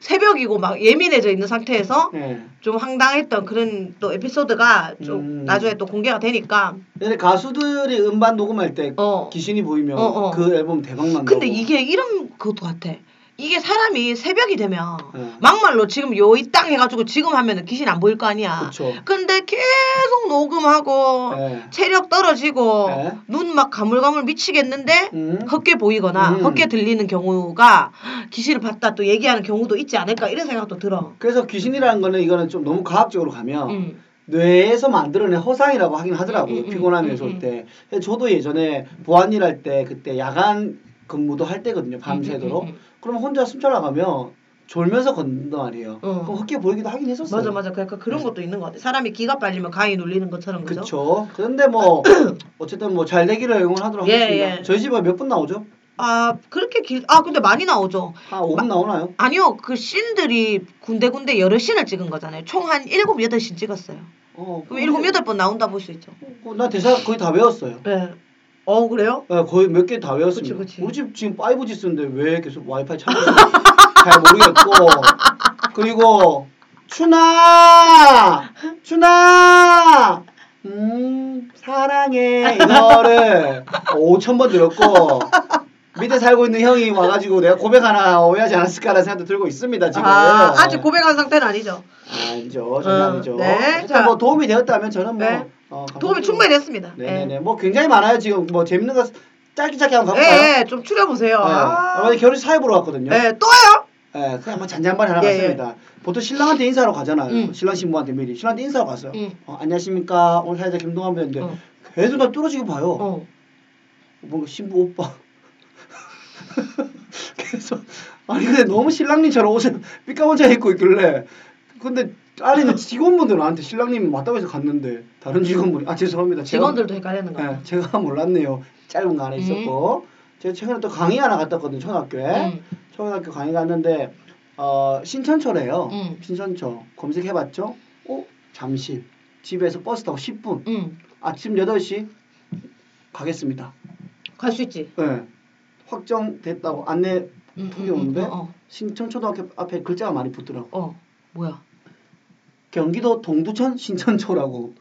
새벽이고 막 예민해져 있는 상태에서 네. 좀 황당했던 그런 또 에피소드가 좀 음. 나중에 또 공개가 되니까 근데 가수들이 음반 녹음할 때 어. 귀신이 보이면 어, 어. 그 앨범 대박 난다고. 근데 이게 이런 것도 같아. 이게 사람이 새벽이 되면 네. 막말로 지금 요 이 땅 해가지고 지금 하면은 귀신 안 보일 거 아니야. 그쵸. 근데 계속 녹음하고 네. 체력 떨어지고 네. 눈 막 가물가물 미치겠는데 음. 헛게 보이거나 음. 헛게 들리는 경우가 귀신을 봤다 또 얘기하는 경우도 있지 않을까 이런 생각도 들어. 그래서 귀신이라는 거는 이거는 좀 너무 과학적으로 가면 음. 뇌에서 만들어낸 허상이라고 하긴 하더라고요. 음, 음, 피곤하면서 음, 올 때. 근데 저도 예전에 보안일 할 때 그때 야간 근무도 할 때거든요. 밤새도록. 음, 음, 음, 그럼 혼자 숨 잘 나가면 졸면서 걷는단 말이에요. 어. 그럼 헛게 보이기도 하긴 했었어요. 맞아 맞아. 그러니까 그런 네. 것도 있는 것 같아. 사람이 기가 빨리면 가위 눌리는 것처럼 그죠? 그렇죠. 그런데 뭐 어쨌든 뭐 잘 되기를 응원하도록 예, 하겠습니다. 예. 저희 집에 몇 분 나오죠? 아 그렇게 길 아 근데 많이 나오죠. 아, 5분 나오나요? 아니요 그 씬들이 군데군데 여러 씬을 찍은 거잖아요. 총 한 일곱 여덟 씬 찍었어요. 어, 그럼 일곱 여덟 번 나온다 볼 수 있죠. 어, 나 대사 거의 다 외웠어요. 네. 어 그래요? 네, 거의 몇 개 다 외웠습니다. 그치, 그치. 우리 집 지금 5G 쓰는데 왜 계속 와이파이 찾는지 잘 모르겠고. 그리고 춘아! 춘아! 음, 사랑해. 이거를 5천번 들었고 밑에 살고 있는 형이 와가지고 내가 고백 하나 오해하지 않았을까라는 생각도 들고 있습니다, 지금. 아 아직 고백한 상태는 아니죠. 아니죠. 전혀 어, 아니죠. 네, 자. 일단 뭐 도움이 되었다면 저는 뭐 네. 어, 도움이 감사드리고- 충분히 됐습니다. 네네네. 뭐 굉장히 많아요 지금. 뭐 재밌는 거 짧게 짧게 한번 예, 가볼까요? 예, 좀 추려보세요. 아. 네. 결혼 사회 보러 갔거든요. 네. 예, 또요? 그냥 뭐 잔잔발이 하나 예, 갔습니다. 보통 신랑한테 인사하러 가잖아요. 음. 신랑 신부한테 미리 신랑한테 인사하러 갔어요. 음. 어, 안녕하십니까 오늘 사회자 김동환 배우인데 어. 계속 나 뚫어지고 봐요. 어. 뭔가 신부 오빠. 그래서 아니 근데 너무 신랑님처럼 옷을 삐까번쩍 입고 있길래 근데 안에 있는 직원분들 나한테 신랑님 맞다고 해서 갔는데 다른 직원분이 아 죄송합니다 제가- 직원들도 헷갈리는 거 네, 같아요. 제가 몰랐네요. 짧은 음. 거 안에 있었고 제가 최근에 또 강의 하나 갔다 왔거든요. 초등학교에 음. 초등학교 강의 갔는데 어, 신천초래요. 음. 신천초 검색해봤죠. 어 잠실 집에서 버스 타고 10분 응, 아침 8시 가겠습니다. 갈 수 있지. 네. 확정됐다고 안내 음, 톡이 음, 음, 오는데 어, 신천초등학교 앞에 글자가 많이 붙더라고. 어, 어. 뭐야? 경기도 동두천 신천초라고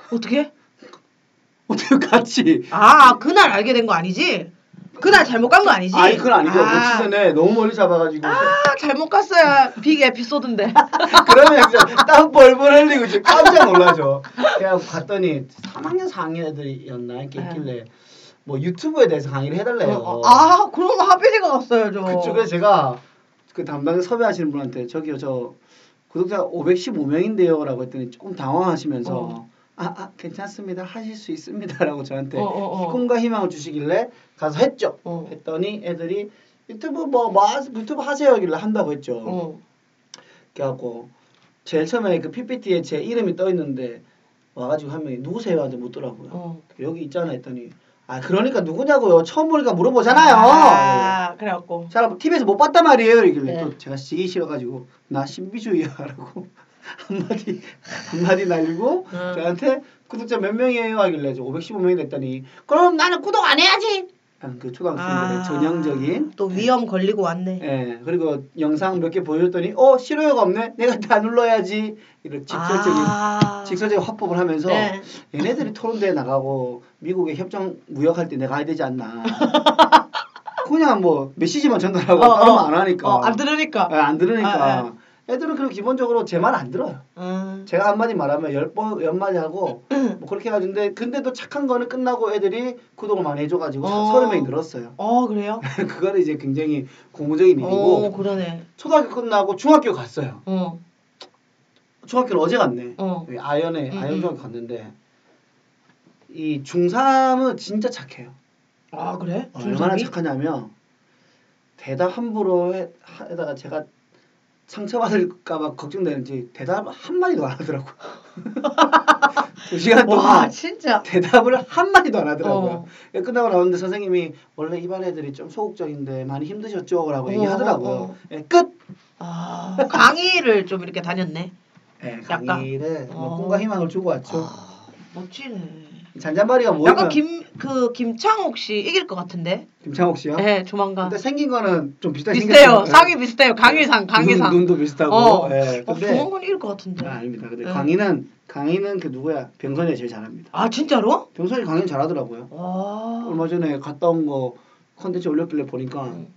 어떻게? 어떻게 같이 아, 그날 알게 된 거 아니지? 그날 잘못 간 거 아니지? 아니 그건 아니고 아, 며칠 전에 너무 멀리 잡아가지고 아, 잘못 갔어야 빅 에피소드인데. 그러면 진짜 땀 벌벌 흘리고 지금 깜짝 놀라죠. 그래서 갔더니 3학년 4학년 애들이었나 이렇게 있길래 뭐 유튜브에 대해서 강의를 해달래요. 네. 어, 아, 그런 거 하빈이가 갔어야죠. 그쪽에 제가 그 담당 섭외하시는 분한테 저기요 저 구독자 515명인데요라고 했더니 조금 당황하시면서 어. 아, 아 괜찮습니다 하실 수 있습니다라고 저한테 어, 어, 어. 꿈과 희망을 주시길래 가서 했죠. 어. 했더니 애들이 유튜브 뭐, 뭐 하- 유튜브 하세요 길래 한다고 했죠. 어. 그래갖고 제일 처음에 그 PPT에 제 이름이 떠 있는데 와가지고 한 명이 누구세요? 하는데 묻더라고요. 어. 여기 있잖아 했더니 아 그러니까 누구냐고요. 처음 보니까 물어보잖아요. 아, 그래갖고. 잘 TV에서 못 봤단 말이에요. 이길래 네. 또 제가 지기 싫어가지고 나 신비주의야라고 한마디 한마디 날리고 음. 저한테 구독자 몇 명이에요 하길래 515명이 됐더니 그럼 나는 구독 안 해야지. 하는 그 초등학생들의 아, 전형적인 또 위험 걸리고 왔네. 예, 그리고 영상 몇 개 보여줬더니 어 싫어요가 없네. 내가 다 눌러야지. 이런 직설적인 아. 직설적인 화법을 하면서 네. 얘네들이 토론대회 나가고 미국에 협정 무역할 때 내가 해야 되지 않나. 그냥 뭐 메시지만 전달하고 어, 다른 어. 말안 하니까. 어, 안 들으니까. 예, 안 들으니까. 아, 아. 애들은 그럼 기본적으로 제 말 안 들어요. 음. 제가 한마디 말하면 열번 연마디 하고 뭐 그렇게 해가지고데 근데도 착한 거는 끝나고 애들이 구독을 많이 해줘가지고 어. 서른 명이 늘었어요. 어, 그래요? 그거는 이제 굉장히 고무적인 일이고 어, 그러네. 초등학교 끝나고 중학교 갔어요. 어. 중학교는 어제 갔네. 어. 여기 아연에 음, 아연 음. 중학교 갔는데 이 중3은 진짜 착해요. 아, 그래? 어, 얼마나 착하냐면 대답 함부로 해- 하다가 제가 상처받을까봐 걱정되는지 대답 한 마디도 안 하더라고. 두 시간 동안 와, 진짜. 대답을 한 마디도 안 하더라고요. 어. 예, 끝나고 나오는데 선생님이 원래 이반 애들이 좀 소극적인데 많이 힘드셨죠라고 어, 얘기하더라고요. 어, 어. 예, 끝. 아, 강의를 좀 이렇게 다녔네. 예, 약간. 강의를 뭐 어. 꿈과 희망을 주고 왔죠. 아, 멋지네. 잔잔바리가 모이면 약간 김 그 김창옥 씨 이길 것 같은데. 김창옥 씨요. 네, 조만간. 근데 생긴 거는 좀 비슷하게 비슷해요. 생겼어요. 네. 상이 비슷해요. 강의상, 강의상. 눈, 도 비슷하고. 어. 예, 어, 근데 조만간 이길 것 같은데. 아, 아닙니다. 근데 예. 강희는 강희는 그 누구야? 병선이 제일 잘합니다. 아, 진짜로? 병선이 강희 잘하더라고요. 와. 어, 얼마 전에 갔다 온 거 컨텐츠 올렸길래 보니까 음.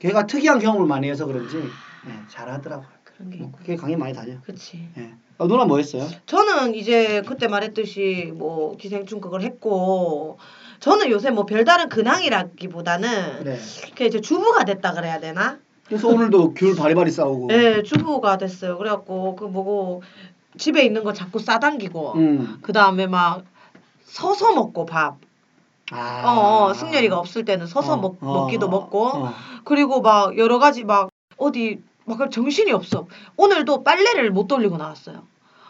걔가 특이한 경험을 많이 해서 그런지 예, 잘하더라고요. 아, 그런 게 뭐, 있고. 그게 강희 많이 다녀. 그렇지. 예. 아, 누나 뭐 했어요? 저는 이제 그때 말했듯이 뭐 기생충 그걸 했고 저는 요새 뭐 별다른 근황이라기보다는 네. 이렇게 이제 주부가 됐다 그래야 되나? 그래서 오늘도 귤 바리바리 싸우고. 네, 주부가 됐어요. 그래갖고 그 뭐고 집에 있는 거 자꾸 싸당기고 음. 그 다음에 막 서서 먹고 밥. 아. 어, 어, 승렬이가 없을 때는 서서 어, 먹, 어, 먹기도 먹고 어. 그리고 막 여러 가지 막 어디 막 정신이 없어. 오늘도 빨래를 못 돌리고 나왔어요.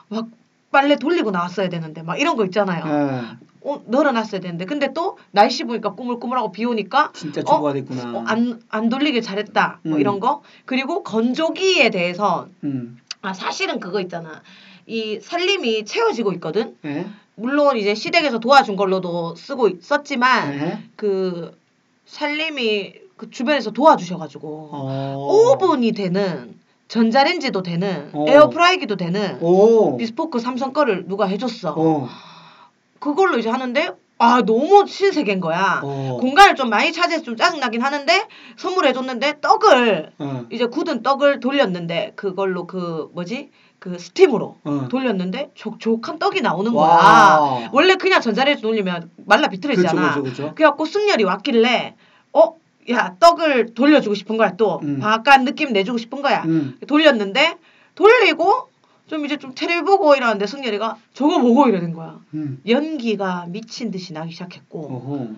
막 빨래 돌리고 나왔어야 되는데 막 이런 거 있잖아요. 예. 어, 널어놨어야 되는데 근데 또 날씨 보니까 꾸물꾸물하고 비 오니까 진짜 어? 초보가 됐구나. 어, 안, 안 돌리길 잘했다 뭐 음. 이런 거 그리고 건조기에 대해서 음. 아 사실은 그거 있잖아 이 살림이 채워지고 있거든 예. 물론 이제 시댁에서 도와준 걸로도 쓰고 있- 썼지만 예. 그 살림이 그 주변에서 도와주셔가지고 어. 오븐이 되는 전자레인지도 되는 어. 에어프라이기도 되는 오. 비스포크 삼성 거를 누가 해줬어 어. 아. 그걸로 이제 하는데 아 너무 신세계인 거야. 어. 공간을 좀 많이 차지해서 좀 짜증나긴 하는데 선물해줬는데 떡을 어. 이제 굳은 떡을 돌렸는데 그걸로 그 뭐지 그 스팀으로 어. 돌렸는데 촉촉한 떡이 나오는 거야. 와. 원래 그냥 전자레인지 돌리면 말라 비틀어지잖아. 그렇죠, 그렇죠, 그렇죠. 래갖고 승열이 왔길래 어? 야 떡을 돌려주고 싶은 거야 또 음. 바깥 느낌 내주고 싶은 거야. 음. 돌렸는데 돌리고 좀 이제 좀 테레비 보고 이러는데 승열이가 저거 보고 이러는 거야. 음. 연기가 미친 듯이 나기 시작했고 어허.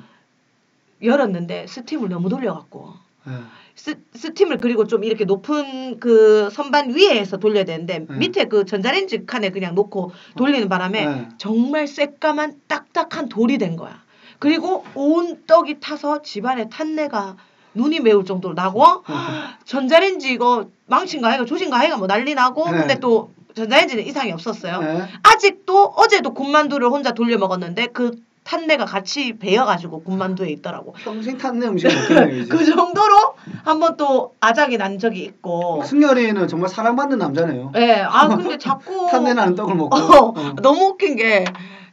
열었는데 스팀을 너무 돌려갖고 예. 스, 스팀을 그리고 좀 이렇게 높은 그 선반 위에서 돌려야 되는데 네. 밑에 그 전자레인지 칸에 그냥 놓고 돌리는 바람에 네. 정말 새까만 딱딱한 돌이 된 거야. 그리고 온 떡이 타서 집안에 탄내가 눈이 매울 정도로 나고 네. 아, 전자레인지 이거 망친 거 아이가 조진 거 아이가 뭐 난리 나고 네. 근데 또 전자레인지는 이상이 없었어요. 예. 아직도 어제도 군만두를 혼자 돌려 먹었는데 그 탄내가 같이 배여가지고 군만두에 있더라고. 평생 탄내 음식 먹겠네요 이제. 그 정도로 한번 또 아작이 난 적이 있고. 승열이는 정말 사랑받는 남자네요. 예, 아 근데 자꾸 탄내 나는 떡을 먹고. 어, 어. 너무 웃긴 게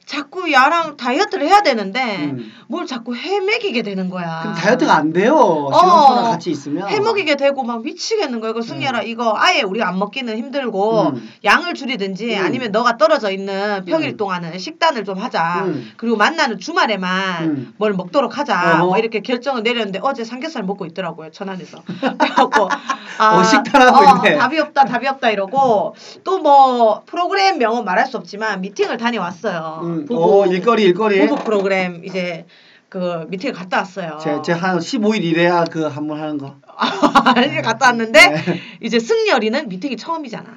자꾸 야랑 다이어트를 해야 되는데 음. 뭘 자꾸 해먹이게 되는 거야. 그럼 다이어트가 안 돼요. 신혼부랑 같이 있으면. 해먹이게 되고 막 미치겠는 거야. 이거 승열아 이거 아예 우리가 안 먹기는 힘들고 음. 양을 줄이든지 음. 아니면 너가 떨어져 있는 평일 음. 동안은 식단을 좀 하자. 음. 그리고 만나는 주말에만 음. 뭘 먹도록 하자. 어허. 뭐 이렇게 결정을 내렸는데 어제 삼겹살 먹고 있더라고요 천안에서. 그래갖고 아, 어, 식단하고 있네. 음. 답이 없다 답이 없다 이러고 또 뭐 프로그램 명은 말할 수 없지만 미팅을 다녀왔어요. 음. 부부 어, 일거리 일거리. 부부 프로그램 이제 그 미팅을 갔다 왔어요. 제제한 15일 이래야 그 한 번 하는 거. 아니 갔다 왔는데 네. 이제 승열이는 미팅이 처음이잖아.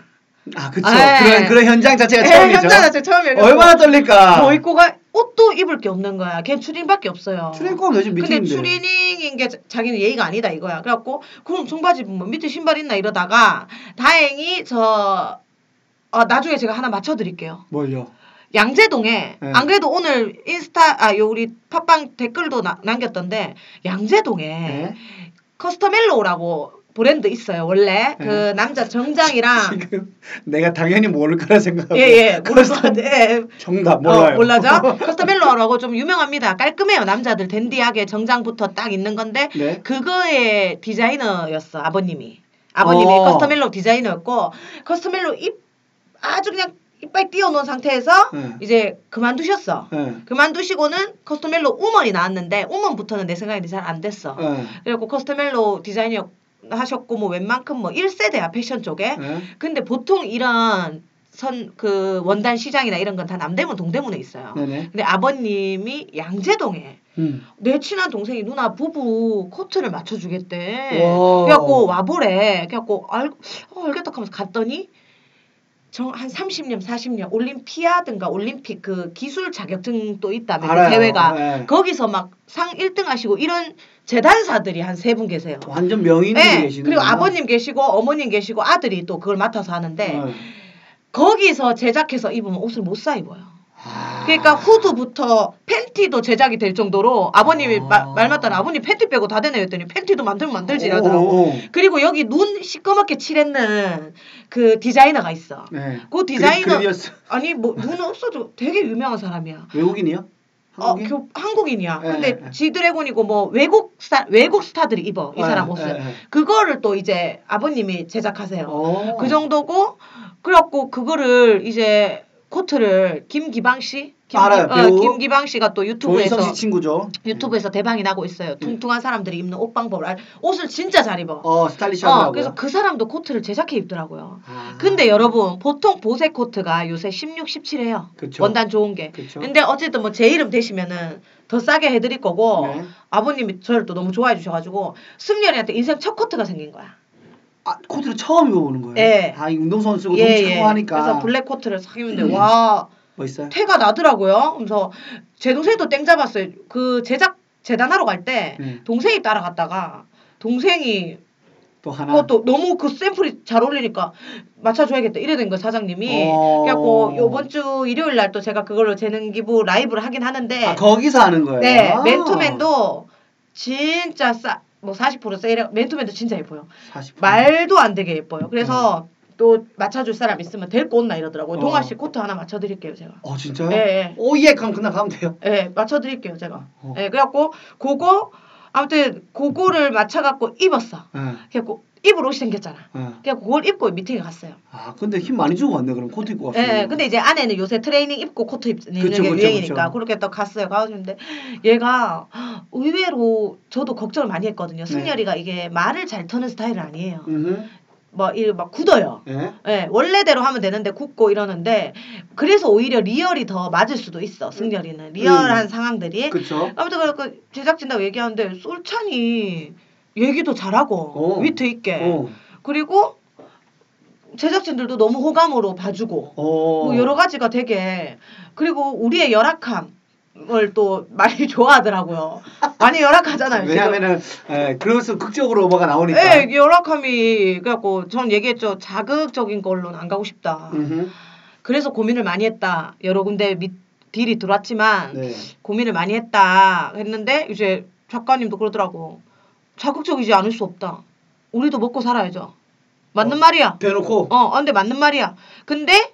아 그쵸. 네. 그런 그런 현장 자체가 예, 처음이죠. 현장 자체 처음이에요. 얼마나 떨릴까. 뭐 입고 가 옷도 입을 게 없는 거야. 걔 추린밖에 없어요. 출입금 요즘 근데 미팅인데. 추리닝인 게 자- 자기는 예의가 아니다 이거야. 그래갖고 그럼 청바지 입으면 밑에 신발 있나 이러다가 다행히 저 어, 나중에 제가 하나 맞춰드릴게요. 뭘요? 양재동에 네. 안 그래도 오늘 인스타 아 요 우리 팟빵 댓글도 나- 남겼던데 양재동에 네. 커스터멜로우라고 브랜드 있어요. 원래 그 네. 남자 정장이랑 지금 내가 당연히 모를 거라 생각하고. 아. 예예 커스텀- 예. 정답 몰라요. 어, 몰라죠? 커스터멜로우라고 좀 유명합니다. 깔끔해요. 남자들 댄디하게 정장부터 딱 있는 건데 네. 그거의 디자이너였어 아버님이. 아버님이 어. 커스터멜로우 디자이너였고 커스터멜로우 입 아주 그냥 이빨 띄워놓은 상태에서 네. 이제 그만두셨어. 예. 그만두시고는 커스터멜로우 우먼이 나왔는데 우먼부터는 내 생각에는 잘 안 됐어. 예. 그리고 커스터멜로 디자이너 하셨고 뭐 웬만큼 뭐 1세대야 패션 쪽에 예. 근데 보통 이런 선 그 원단 시장이나 이런 건 다 남대문 동대문에 있어요 네네. 근데 아버님이 양재동에 음. 내 친한 동생이 누나 부부 코트를 맞춰주겠대 와. 그래갖고 와보래 그래갖고 알, 어, 알겠다 하면서 갔더니 정 한 30년 40년 올림피아든가 올림픽 그 기술 자격증 또 있다며 그 알아요. 대회가 예. 거기서 막 상 1등 하시고 이런 재단사들이 한 세 분 계세요. 예. 완전 명인들이 계시는. 아. 네. 그리고 아버님 계시고 어머님 계시고 아들이 또 그걸 맡아서 하는데 어. 네. 거기서 제작해서 입으면 옷을 못 사 입어요. 그러니까 후드부터 팬티도 제작이 될 정도로 아버님이 아. 마- 말 맞다라 아버님 팬티 빼고 다 되네 했더니 팬티도 만들면 만들지 하더라고. 네. 그리고 여기 눈 시꺼멓게 칠했는 그 디자이너가 있어. 네. 그 디자이너 그리디어스. 아니 뭐 눈 없어도 되게 유명한 사람이야. 외국인이요? 한국인? 어, 교, 한국인이야. 예, 근데 예. 지드래곤이고 뭐 외국 스타 외국 스타들이 입어 이 예, 사람 옷을. 예, 예. 그거를 또 이제 아버님이 제작하세요. 어. 그 정도고 그래갖고 그거를 이제 코트를 김기방 씨, 김, 알아요, 배우. 김기방 씨가 또 유튜브에서 조인성 씨 친구죠. 예. 유튜브에서 대박이 나고 있어요. 퉁퉁한 사람들이 입는 옷 방법을 알- 옷을 진짜 잘 입어. 어 스타일리시하더라고요. 어, 그래서 그 사람도 코트를 제작해 입더라고요. 아. 근데 여러분 보통 보세 코트가 요새 16, 17해요. 그쵸. 원단 좋은 게. 그쵸. 근데 어쨌든 뭐 제 이름 되시면은 더 싸게 해드릴 거고 네. 아버님이 저를 또 너무 좋아해 주셔가지고 승열이한테 인생 첫 코트가 생긴 거야. 아, 코트를 처음 입어보는 거예요. 예. 아, 이 운동선수고 너무 차가워하니까. 음. 뭐 그래서 블랙 코트를 싹 입는데 와 멋있어요. 태가 나더라고요. 그래서 제 동생도 땡 잡았어요. 그 제작 재단하러 갈 때 네. 동생이 따라갔다가 동생이 또 하나. 그것도 너무 그 샘플이 잘 어울리니까 맞춰줘야겠다 이래 된 거예요 사장님이 어. 그래갖고 요번 주 일요일 날 또 제가 그걸로 재능 기부 라이브를 하긴 하는데 아, 거기서 하는 거예요. 예. 네 아. 맨투맨도 진짜 싸뭐40% 세일 맨투맨도 진짜 예뻐요 40%. 말도 안 되게 예뻐요 그래서 또 맞춰줄 사람 있으면 데리고 온나 이러더라고요 어. 동아 씨 코트 하나 맞춰드릴게요 제가 어, 진짜요? 예, 예. 오, 예. 그럼 그날 가면 돼요. 예 네, 맞춰드릴게요 제가 어. 예 그래갖고 그거 아무튼 그거를 맞춰갖고 입었어 예. 그래갖고 입을 옷이 생겼잖아 예. 그냥 그걸 입고 미팅에 갔어요. 아, 근데 힘 많이 주고 왔네. 그럼 코트 입고 예, 왔어요. 예, 근데 이제 아내는 요새 트레이닝 입고 코트 입는 그쵸, 게 그쵸, 유행이니까 그쵸. 그렇게또 갔어요. 가는데 얘가 의외로 저도 걱정을 많이 했거든요. 네. 승열이가 이게 말을 잘 터는 스타일은 아니에요. 음흠. 뭐이막 굳어요. 예. 예, 원래대로 하면 되는데 굳고 이러는데 그래서 오히려 리얼이 더 맞을 수도 있어. 승열이는 리얼한 음. 상황들이 그쵸. 아무튼 그렇게 제작진하고 얘기하는데 솔찬이 얘기도 잘하고 어. 위트 있게 어. 그리고 제작진들도 너무 호감으로 봐주고 어. 뭐 여러 가지가 되게 그리고 우리의 열악함을 또 많이 좋아하더라고요. 많이 열악하잖아요. 지금. 왜냐면은 그러니까. 예, 그래서 극적으로 뭐가 나오니까. 예, 열악함이 그래갖고 전 얘기했죠. 자극적인 걸로는 안 가고 싶다. 음흠. 그래서 고민을 많이 했다. 여러 군데 밑 딜이 들어왔지만 네. 고민을 많이 했다 했는데 이제 작가님도 그러더라고. 자극적이지 않을 수 없다. 우리도 먹고 살아야죠. 맞는 어, 말이야. 대놓고. 어, 근데 맞는 말이야. 근데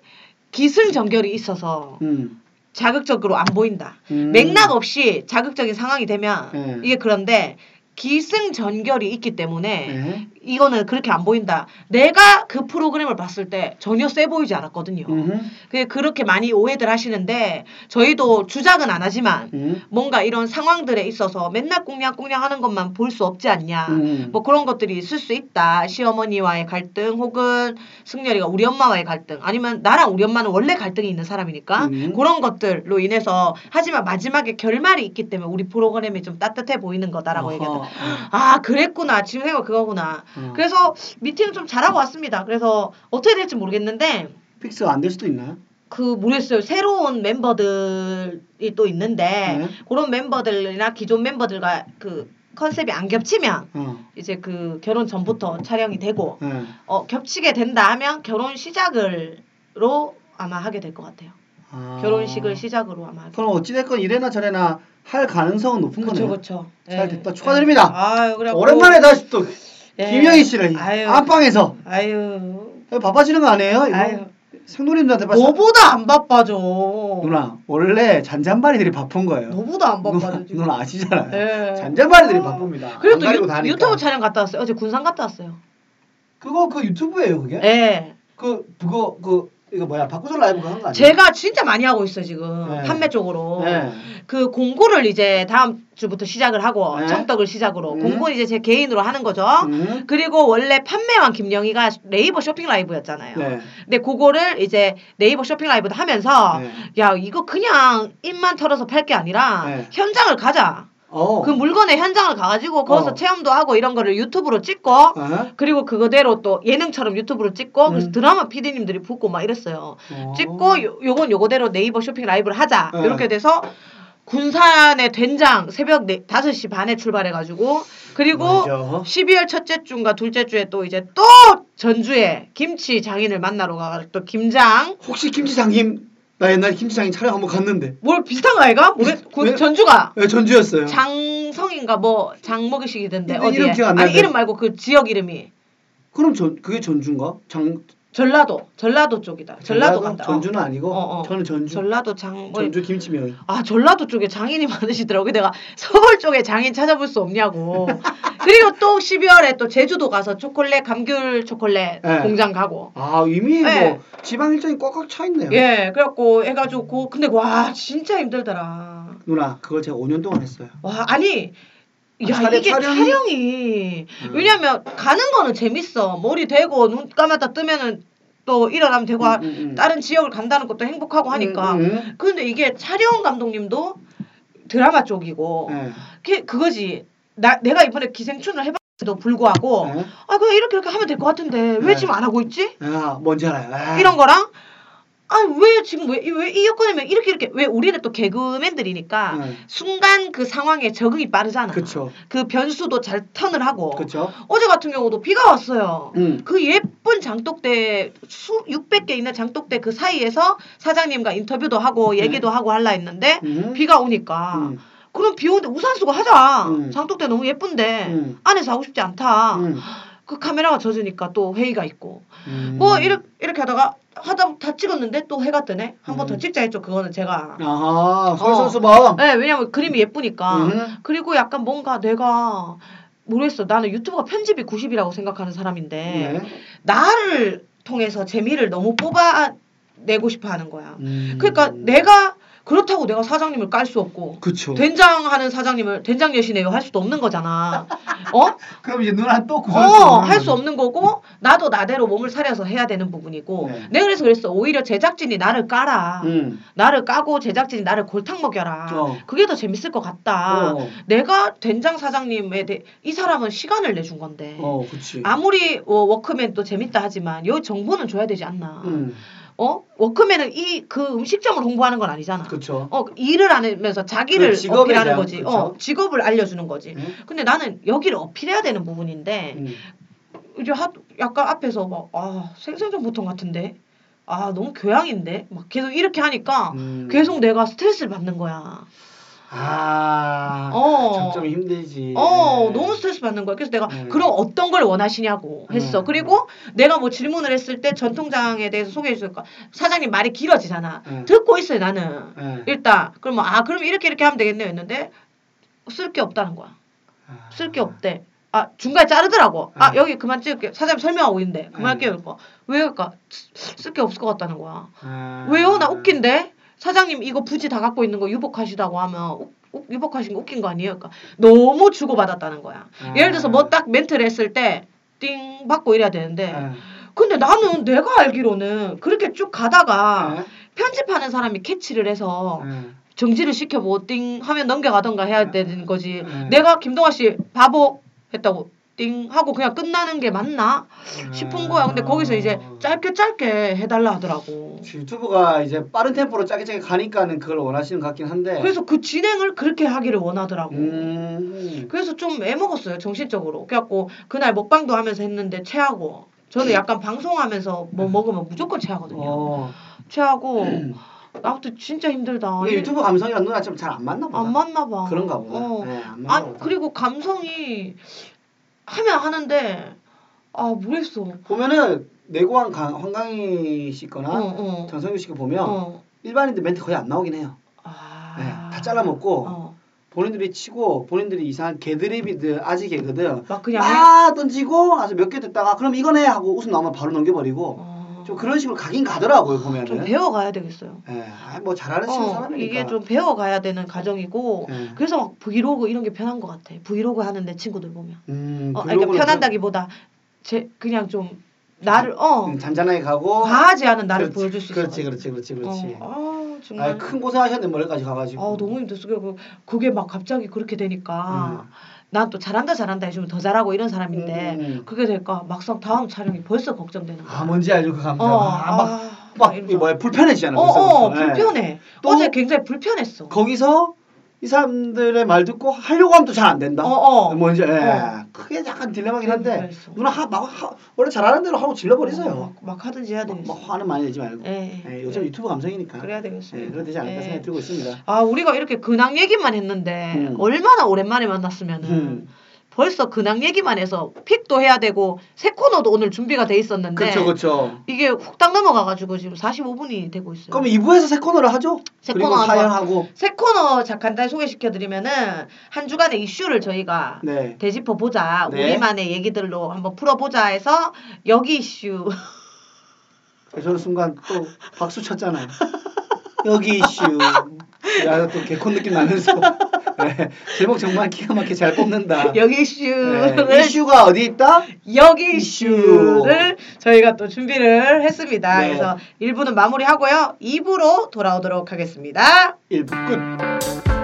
기승전결이 있어서 음. 자극적으로 안 보인다. 음. 맥락 없이 자극적인 상황이 되면 네. 이게 그런데 기승전결이 있기 때문에 네. 이거는 그렇게 안 보인다. 내가 그 프로그램을 봤을 때 전혀 세 보이지 않았거든요. 음흠. 그게 그렇게 많이 오해들 하시는데 저희도 주작은 안 하지만 음. 뭔가 이런 상황들에 있어서 맨날 꽁냥꽁냥 하는 것만 볼 수 없지 않냐. 음. 뭐 그런 것들이 있을 수 있다. 시어머니와의 갈등 혹은 승렬이가 우리 엄마와의 갈등 아니면 나랑 우리 엄마는 원래 갈등이 있는 사람이니까 음. 그런 것들로 인해서 하지만 마지막에 결말이 있기 때문에 우리 프로그램이 좀 따뜻해 보이는 거다라고 어허. 얘기하다. 아 그랬구나. 지금 생각 그거구나. 어. 그래서 미팅 좀 잘하고 왔습니다. 그래서 어떻게 될지 모르겠는데 픽스 안 될 수도 있나요? 그 모르겠어요. 새로운 멤버들이 또 있는데 네. 그런 멤버들이나 기존 멤버들과 그 컨셉이 안 겹치면 어. 이제 그 결혼 전부터 촬영이 되고 예. 어, 겹치게 된다 하면 결혼 시작을로 아마 하게 될 것 같아요. 아. 결혼식을 시작으로 아마. 하게 그럼 어찌됐건 이래나 저래나 할 가능성은 높은 그쵸 거네요. 그쵸. 잘 예, 됐다. 예. 축하드립니다. 아유 그래. 오랜만에 다시 또 예. 김영희 씨를 아유. 안방에서 아유. 바빠지는 거 아니에요? 이거 아유. 생도님들한테 봐. 너보다 안 바빠져. 누나 원래 잔잔바리들이 바쁜 거예요. 너보다 안 누나, 바빠져 지금. 누나 아시잖아요. 예. 잔잔바리들이 바쁩니다. 그리고 안또 가리고 다니까. 유, 유튜브 촬영 갔다 왔어요. 어제 군산 갔다 왔어요. 그거 그 유튜브예요 그게? 예. 그 그거 그 이거 뭐야 박구조 라이브가 한 거 아니에요? 제가 진짜 많이 하고 있어요 지금 네. 판매 쪽으로 네. 그 공고를 이제 다음 주부터 시작을 하고 네. 청떡을 시작으로 음. 공고는 이제 제 개인으로 하는 거죠 음. 그리고 원래 판매왕 김영희가 네이버 쇼핑 라이브였잖아요 네. 근데 그거를 이제 네이버 쇼핑 라이브도 하면서 네. 야 이거 그냥 입만 털어서 팔 게 아니라 네. 현장을 가자 어. 그 물건의 현장을 가가지고 거기서 어. 체험도 하고 이런 거를 유튜브로 찍고 어? 그리고 그거대로 또 예능처럼 유튜브로 찍고 그래서 음. 드라마 PD님들이 붙고 막 이랬어요. 어. 찍고 요, 요건 요거대로 네이버 쇼핑 라이브를 하자. 네. 이렇게 돼서 군산의 된장 새벽 네, 5시 반에 출발해가지고 그리고 맞아. 12월 첫째 주인가 둘째 주에 또 이제 또 전주에 김치 장인을 만나러 가가지고 또 김장 혹시 김치장님 나 옛날 김치장님 촬영 한번 갔는데 뭘 비슷한 거 아이가? 모르, 그 네. 전주가 예, 전주였어요. 장성인가 뭐 장먹이식이던데 근데 어디에 이름 기억 안 아니 나는데. 이름 말고 그 지역 이름이 그럼 전 그게 전주인가? 장 전라도 전라도 쪽이다 전라도 간다 전주는 아니고 어, 어. 저는 전주 전라도 장 뭐, 전주 김치면 아 전라도 쪽에 장인이 많으시더라고 요 내가 서울 쪽에 장인 찾아볼 수 없냐고 그리고 또 12월에 또 제주도 가서 초콜릿 감귤 초콜릿 네. 공장 가고 아 이미 네. 뭐 지방 일정이 꽉꽉 차 있네요. 예 그래갖고 해가지고 고- 근데 와 진짜 힘들더라 누나 그걸 제가 5년 동안 했어요. 와 아니 야 아, 촬영, 이게 촬영이- 촬영이 음. 왜냐면 가는 거는 재밌어 머리 대고 눈 감았다 뜨면은 또 일어나면 되고 하- 음, 음, 음. 다른 지역을 간다는 것도 행복하고 하니까 음, 음. 근데 이게 촬영 감독님도 드라마 쪽이고 예. 어. 그, 그거지. 나, 내가 이번에 기생충을 해봤 도 불구하고 네. 아 그냥 이렇게 이렇게 하면 될 것 같은데 왜 네. 지금 안 하고 있지? 아, 뭔지 알아요. 아. 이런 거랑 아 왜 지금 왜 왜 이 여건이면 이렇게 이렇게 왜 우리는 또 개그맨들이니까 네. 순간 그 상황에 적응이 빠르잖아. 그쵸. 그 변수도 잘 턴을 하고. 그쵸. 어제 같은 경우도 비가 왔어요. 음. 그 예쁜 장독대 수 600개 있는 장독대 그 사이에서 사장님과 인터뷰도 하고 얘기도 하고 할라 했는데 네. 음. 네? 비가 오니까 음. 그럼 비 오는데 우산 쓰고 하자. 음. 장독대 너무 예쁜데 음. 안에서 하고 싶지 않다. 음. 그 카메라가 젖으니까 또 회의가 있고 음. 뭐 이렇게, 이렇게 하다가 하다 다 찍었는데 또 해가 뜨네. 한 번 더 음. 찍자 했죠. 그거는 제가. 아하, 어. 솔선수범. 네, 왜냐면 그림이 예쁘니까. 음. 그리고 약간 뭔가 내가 모르겠어. 나는 유튜브가 편집이 90이라고 생각하는 사람인데 네. 나를 통해서 재미를 너무 뽑아내고 싶어 하는 거야. 음. 그러니까 내가 그렇다고 내가 사장님을 깔 수 없고 그쵸. 된장 하는 사장님을 된장 여신이에요 할 수도 없는 거잖아. 어? 그럼 이제 누나 또 구설 수 어, 없는 할 수 거죠. 없는 거고 나도 나대로 몸을 사려서 해야 되는 부분이고 네. 내가 그래서 그랬어. 오히려 제작진이 나를 깔아. 음. 나를 까고 제작진이 나를 골탕 먹여라. 어. 그게 더 재밌을 것 같다. 어. 내가 된장 사장님에 대해 이 사람은 시간을 내준 건데 어, 그치. 네. 아무리 어, 워크맨도 재밌다 하지만 여기 정보는 줘야 되지 않나. 음. 어? 워크맨은 이 그 음식점을 홍보하는 건 아니잖아. 그쵸. 어 일을 안 하면서 그 자기를 직업에 어필하는 대한, 거지. 그쵸. 어 직업을 알려주는 거지. 음. 근데 나는 여기를 어필해야 되는 부분인데 음. 이제 하, 약간 앞에서 막아 생생정보통 같은데 아 너무 교양인데 막 계속 이렇게 하니까 음. 계속 내가 스트레스를 받는 거야. 아, 어. 점점 힘들지. 어 네. 너무 스트레스 받는 거야. 그래서 내가 음. 그럼 어떤 걸 원하시냐고 했어. 음. 그리고 내가 뭐 질문을 했을 때 전통장에 대해서 소개해 주니까 사장님 말이 길어지잖아. 음. 듣고 있어요 나는. 네. 일단 그럼 아 그럼 이렇게 이렇게 하면 되겠네요 했는데 쓸 게 없다는 거야. 아. 쓸 게 없대. 아 중간에 자르더라고. 아 음. 여기 그만 찍을게. 사장님 설명하고 있는데 그만할게요. 음. 그러니까 왜 그럴까? 쓸 게 없을 것 같다는 거야. 아. 왜요? 나 웃긴데 사장님 이거 부지 다 갖고 있는 거 유복하시다고 하면 우- 우- 유복하신 거 웃긴 거 아니에요? 그러니까 너무 주고받았다는 거야. 아. 예를 들어서 뭐 딱 멘트를 했을 때 띵 받고 이래야 되는데 네. 근데 나는 내가 알기로는 그렇게 쭉 가다가 네. 편집하는 사람이 캐치를 해서 네. 정지를 시켜보고 띵 하면 넘겨가던가 해야 되는 거지 네. 내가 김동아 씨 바보 했다고 띵 하고 그냥 끝나는 게 맞나 네. 싶은 거야 근데 거기서 이제 짧게 짧게 해달라 하더라고 유튜브가 이제 빠른 템포로 짜게 짜게 가니까는 그걸 원하시는 것 같긴 한데. 그래서 그 진행을 그렇게 하기를 원하더라고. 네. 음. 그래서 좀 애먹었어요 정신적으로. 그래갖고 그날 먹방도 하면서 했는데 체하고. 저는 약간 방송하면서 뭐 먹으면 무조건 체하거든요. 네. 어. 음. 체하고 아무튼 진짜 힘들다. 이게 유튜브 감성이랑 누나 좀 잘 안 맞나 보다. 안 맞나 봐. 그런가 보다. 어. 네, 안 맞나 아 보다. 그리고 감성이 하면 하는데 아 모르겠어. 어, 보면은 내고한 강, 황강희 씨거나 어. 장성규 씨가 보면 어. 일반인들 멘트 거의 안 나오긴 해요. 아. 네, 다 잘라먹고 어. 본인들이 치고 본인들이 이상한 개드립이든 아직 개그든 막 그냥. 막 던지고 아주 몇 개 듣다가 그럼 이거네 하고 웃음 나오면 바로 넘겨버리고 어. 좀 그런 식으로 가긴 가더라고요 좀 보면은. 배워가야 되겠어요. 예, 아, 뭐 잘하는 친구 그러니까. 어, 사람이니까. 이게 좀 배워가야 되는 과정이고 예. 그래서 막 브이로그 이런 게 편한 것 같아 브이로그 하는 내 친구들 보면 음, 어, 블로그는 그러니까 편한다기보다 제 그냥 좀 나를 어 좀, 음, 잔잔하게 가고. 과하지 않은 나를 그렇지, 보여줄 수 있어 그렇지, 그렇지, 그렇지, 그렇지. 어, 아 정말 아, 큰 고생하셨네 머리까지 가가지고. 아, 너무 힘들었어 그리고 그게 막 갑자기 그렇게 되니까 음. 난 또 잘한다 잘한다 해주면 더 잘하고 이런 사람인데 음. 그게 될까 막상 다음 촬영이 벌써 걱정되는 거야 아 뭔지 알죠 그 감정. 어, 아, 막 아, 막 이러면서. 이 뭐야 불편해지잖아. 어, 벌써부터. 어, 예. 불편해. 또- 어제 굉장히 불편했어. 거기서 이 사람들의 말 듣고 하려고 하면 또 잘 안 된다. 어, 어. 뭔지 예. 어. 음, 그게 약간 딜레마긴 한데 그랬어. 누나 하, 막 하- 원래 잘하는 대로 하고 질러버리세요. 어, 막, 막 하든지 해야 막, 되겠어. 막 화는 많이 내지 말고. 예, 예, 요즘 그래. 유튜브 감성이니까. 그래야 되겠어요. 예, 그래야 되지 않을까 예. 생각이 들고 있습니다. 아 우리가 이렇게 근황 얘기만 했는데 음. 얼마나 오랜만에 만났으면은 음. 벌써 근황 얘기만 해서 픽도 해야 되고 새 코너도 오늘 준비가 돼 있었는데 그렇죠, 그렇죠. 이게 훅딱 넘어가가지고 지금 45분이 되고 있어요. 그럼 2부에서 새 코너를 하죠. 네. 새 그리고 코너 하죠. 사연하고. 새 코너 자 간단히 소개시켜드리면은 한 주간의 이슈를 저희가 네. 되짚어 보자 네. 우리만의 얘기들로 한번 풀어보자 해서 여기 이슈 그 저는 순간 또 박수 쳤잖아요. 여기 이슈. 야, 또 개콘 느낌 나면서. 네, 제목 정말 기가 막히게 잘 뽑는다. 여기 이슈를 네, 이슈가 어디 있다? 여기 이슈. 이슈를 저희가 또 준비를 했습니다. 네. 그래서 1부는 마무리하고요. 2부로 돌아오도록 하겠습니다. 1부 끝.